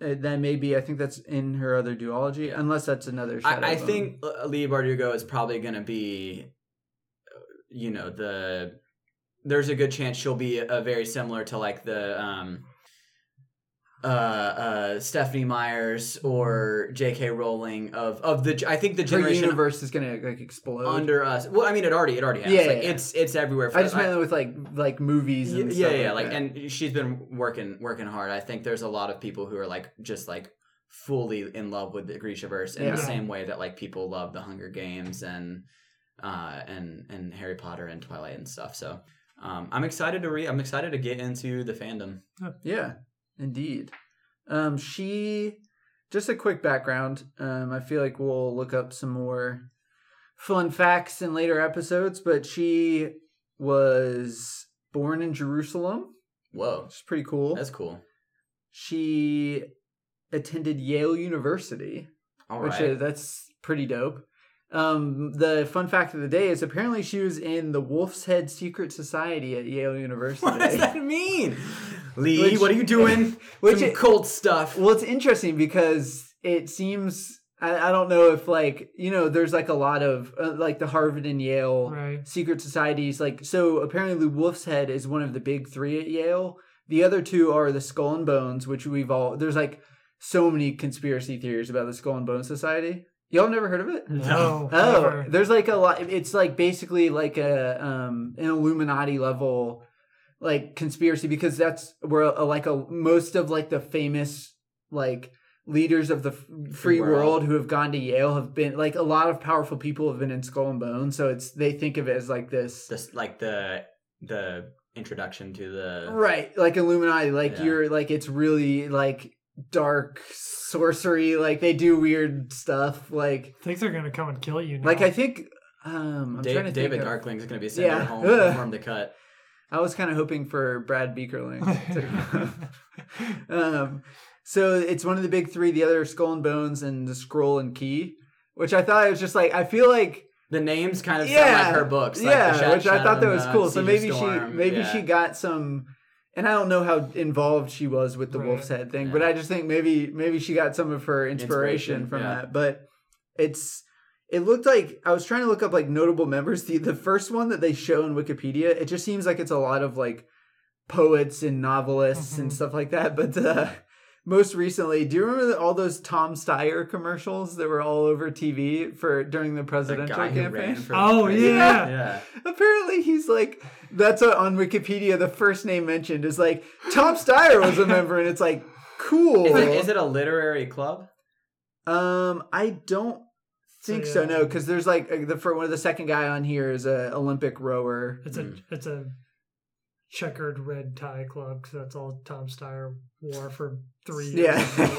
Speaker 4: Uh, that may be. I think that's in her other duology, unless that's another. Shadow
Speaker 2: I, I
Speaker 4: Bone.
Speaker 2: think uh, Lee Bardugo is probably going to be, uh, you know, the. There's a good chance she'll be a, very similar to like the. um uh, uh, Stephanie Myers or J.K. Rowling of of the I think the
Speaker 4: her
Speaker 2: generation
Speaker 4: universe is gonna like explode.
Speaker 2: under us. Well, I mean, it already it already has.
Speaker 4: Yeah,
Speaker 2: like,
Speaker 4: yeah, yeah.
Speaker 2: it's it's everywhere. For,
Speaker 4: I just
Speaker 2: like,
Speaker 4: meant with like like movies
Speaker 2: yeah,
Speaker 4: and
Speaker 2: yeah,
Speaker 4: stuff
Speaker 2: yeah, like
Speaker 4: that.
Speaker 2: and she's been working working hard. I think there's a lot of people who are like just like fully in love with the Grishaverse in
Speaker 4: Yeah.
Speaker 2: the same way that like people love the Hunger Games and uh and and Harry Potter and Twilight and stuff. So um I'm excited to read. I'm excited to get into the fandom.
Speaker 4: Yeah, indeed. Um, she just a quick background. Um, I feel like we'll look up some more fun facts in later episodes, but she was born in Jerusalem,
Speaker 2: Whoa,
Speaker 4: which is pretty cool.
Speaker 2: that's cool.
Speaker 4: she attended Yale University,
Speaker 2: All
Speaker 4: which
Speaker 2: right,
Speaker 4: is, that's pretty dope. Um, the fun fact of the day is apparently she was in the Wolf's Head Secret Society at Yale University.
Speaker 2: what does that mean, Lee?
Speaker 4: Which-
Speaker 2: what are you doing?
Speaker 4: which
Speaker 2: Some
Speaker 4: it-
Speaker 2: cold stuff.
Speaker 4: Well, it's interesting because it seems I, I don't know if like you know there's like a lot of uh, like the Harvard and Yale
Speaker 1: Right.
Speaker 4: secret societies like so apparently Wolf's Head is one of the big three at Yale. The other two are the Skull and Bones, which we've all there's like so many conspiracy theories about the Skull and Bones Society. Y'all never heard of it?
Speaker 1: No.
Speaker 4: Oh,
Speaker 1: never.
Speaker 4: there's like a lot. It's like basically like a um an Illuminati level like conspiracy because that's where a, like a most of like the famous like leaders of the f- free
Speaker 2: World.
Speaker 4: world. who have gone to Yale have been like a lot of powerful people have been in Skull and Bones, so it's they think of it as like this.
Speaker 2: This like the the introduction to the
Speaker 4: Right, like Illuminati, like
Speaker 2: Yeah.
Speaker 4: you're like it's really like dark sorcery, like they do weird stuff, like
Speaker 1: I think they're gonna come and kill you. Now.
Speaker 4: like I think um I'm trying to
Speaker 2: Dave,
Speaker 4: think
Speaker 2: David
Speaker 4: of-
Speaker 2: Darkling is going to be sent
Speaker 4: Yeah.
Speaker 2: at home to
Speaker 4: Ugh.
Speaker 2: perform the cut.
Speaker 4: I was kind of hoping for Brad Beakerling. um, so it's one of the big three. The other are Skull and Bones and the Scroll and Key, which I thought it was just like I feel like
Speaker 2: The names kind of sound
Speaker 4: yeah,
Speaker 2: like her books. Like
Speaker 4: yeah,
Speaker 2: the Shat-
Speaker 4: which I thought that was
Speaker 2: Shadowmoon,
Speaker 4: cool. So
Speaker 2: Siege of
Speaker 4: maybe
Speaker 2: Storm,
Speaker 4: she maybe
Speaker 2: yeah.
Speaker 4: she got some. And I don't know how involved she was with the
Speaker 1: Right.
Speaker 4: Wolf's Head thing,
Speaker 2: Yeah.
Speaker 4: but I just think maybe maybe she got some of her inspiration,
Speaker 2: Inspiration,
Speaker 4: from
Speaker 2: yeah.
Speaker 4: that. But it's it looked like I was trying to look up like notable members. The the first one that they show in Wikipedia, it just seems like it's a lot of like poets and novelists and
Speaker 1: Mhm.
Speaker 4: stuff like that. But uh, most recently, do you remember the, all those Tom Steyer commercials that were all over TV for during the
Speaker 2: the
Speaker 4: presidential
Speaker 2: guy who ran
Speaker 4: campaign?
Speaker 2: for
Speaker 1: Oh,
Speaker 2: president.
Speaker 1: yeah.
Speaker 2: yeah.
Speaker 4: Apparently, he's like that's what, on Wikipedia. The first name mentioned is like Tom Steyer was a member, and it's like cool.
Speaker 2: Is it, is it a literary club?
Speaker 4: Um, I don't think so.
Speaker 1: yeah.
Speaker 4: No,
Speaker 2: um,
Speaker 4: because there's like a, the for one of the second guy on here is a Olympic rower.
Speaker 1: It's a
Speaker 2: Mm.
Speaker 1: it's a checkered red tie club because that's all Tom Steyer wore for three years.
Speaker 4: Yeah.
Speaker 1: of the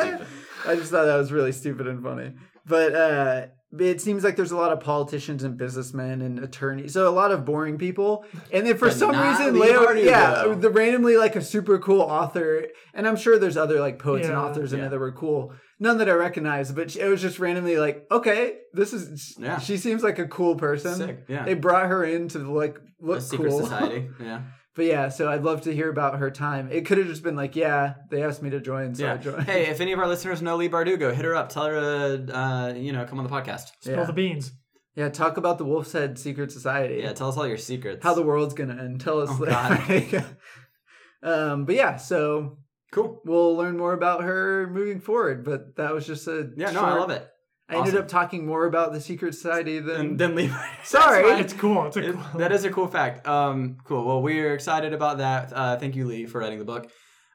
Speaker 1: election.
Speaker 4: I just thought that was really stupid and funny. But uh, it seems like there's a lot of politicians and businessmen and attorneys, so a lot of boring people. And then for
Speaker 2: But
Speaker 4: some
Speaker 2: not
Speaker 4: reason,
Speaker 2: Lee
Speaker 4: Leo,
Speaker 2: Bardugo.
Speaker 4: yeah, the randomly like a super cool author, and I'm sure there's other like poets and
Speaker 1: Yeah.
Speaker 4: authors in
Speaker 2: Yeah.
Speaker 4: it that were cool. none that I recognized, but she, it was just randomly like, okay, this is.
Speaker 2: Yeah.
Speaker 4: She seems like a cool person.
Speaker 2: Sick. Yeah.
Speaker 4: They brought her in to like
Speaker 2: a
Speaker 4: look
Speaker 2: secret
Speaker 4: cool.
Speaker 2: society. Yeah.
Speaker 4: But yeah, so I'd love to hear about her time. It could have just been like, yeah, they asked me to join, so I
Speaker 2: yeah.
Speaker 4: joined.
Speaker 2: Hey, if any of our listeners know Lee Bardugo, hit her up. Tell her to, uh, you know, come on the podcast.
Speaker 1: Spill
Speaker 4: Yeah.
Speaker 1: the beans.
Speaker 4: yeah, talk about the Wolf's Head Secret Society.
Speaker 2: Yeah. Tell us all your secrets.
Speaker 4: How the world's gonna end. Tell us
Speaker 2: Oh,
Speaker 4: like- um, but yeah, so
Speaker 2: cool.
Speaker 4: we'll learn more about her moving forward. But that was just a
Speaker 2: Yeah. No, I
Speaker 4: short-
Speaker 2: love it.
Speaker 4: I ended
Speaker 2: Awesome.
Speaker 4: up talking more about the Secret Society than
Speaker 2: And then Lee.
Speaker 4: Sorry.
Speaker 2: That's fine.
Speaker 1: It's cool. It's a
Speaker 2: It-
Speaker 1: cool.
Speaker 2: that is a cool fact. Um, cool. Well, we're excited about that. Uh, thank you, Lee, for writing the book.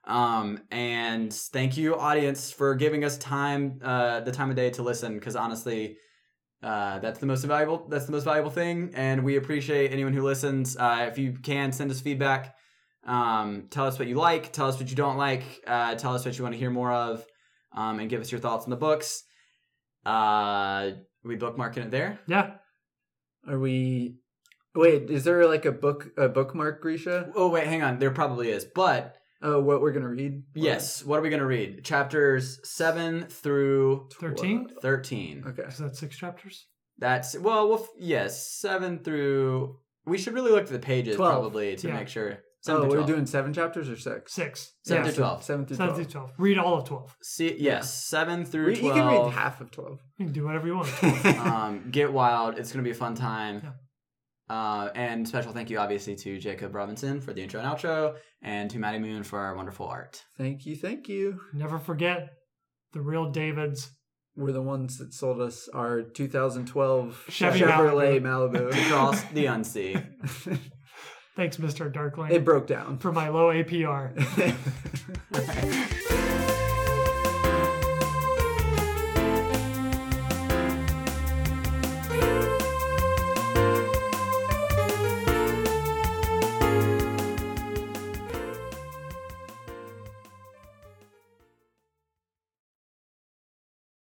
Speaker 2: Um, and thank you, audience, for giving us time, uh, the time of day to listen. Because honestly, uh, that's the most valuable. That's the most valuable thing. And we appreciate anyone who listens. Uh, if you can send us feedback, um, tell us what you like, tell us what you don't like, uh, tell us what you want to hear more of, um, and give us your thoughts on the books. Uh, we bookmarking it there.
Speaker 1: yeah.
Speaker 4: Are we? Wait, is there like a book a bookmark, Grisha?
Speaker 2: Oh wait, hang on. There probably is, but
Speaker 4: Oh, what we're gonna read?
Speaker 2: Yes. What are we going to read? Chapters 7 through
Speaker 1: 13?
Speaker 2: 13.
Speaker 4: Okay.
Speaker 1: Is that six chapters?
Speaker 2: That's, well, we'll f- yes, 7 through. We should really look to the pages
Speaker 4: 12.
Speaker 2: probably to
Speaker 1: Yeah.
Speaker 2: make sure. 7
Speaker 4: So
Speaker 2: through
Speaker 4: Oh, we're
Speaker 2: 12.
Speaker 4: doing seven chapters or six?
Speaker 1: Six.
Speaker 2: Seven
Speaker 1: yeah.
Speaker 2: to 12.
Speaker 4: Seven through
Speaker 1: Seven
Speaker 4: twelve.
Speaker 1: through twelve. Read all of twelve.
Speaker 2: See, yes,
Speaker 4: Yeah.
Speaker 2: 7 through
Speaker 4: Re-
Speaker 2: 12.
Speaker 4: You can read half of twelve.
Speaker 1: You can do whatever you want.
Speaker 2: um, get wild. It's going to be a fun time. Uh, and special thank you, obviously, to Jacob Robinson for the intro and outro, and to Maddie Moon for our wonderful art.
Speaker 4: Thank you, thank you.
Speaker 1: Never forget the real David's.
Speaker 4: We're the ones that sold us our 2012
Speaker 1: Chevy
Speaker 4: Chevrolet Malibu.
Speaker 2: Across the unsea.
Speaker 1: Thanks, Mr. Darkling,
Speaker 4: it broke down.
Speaker 1: for my low APR.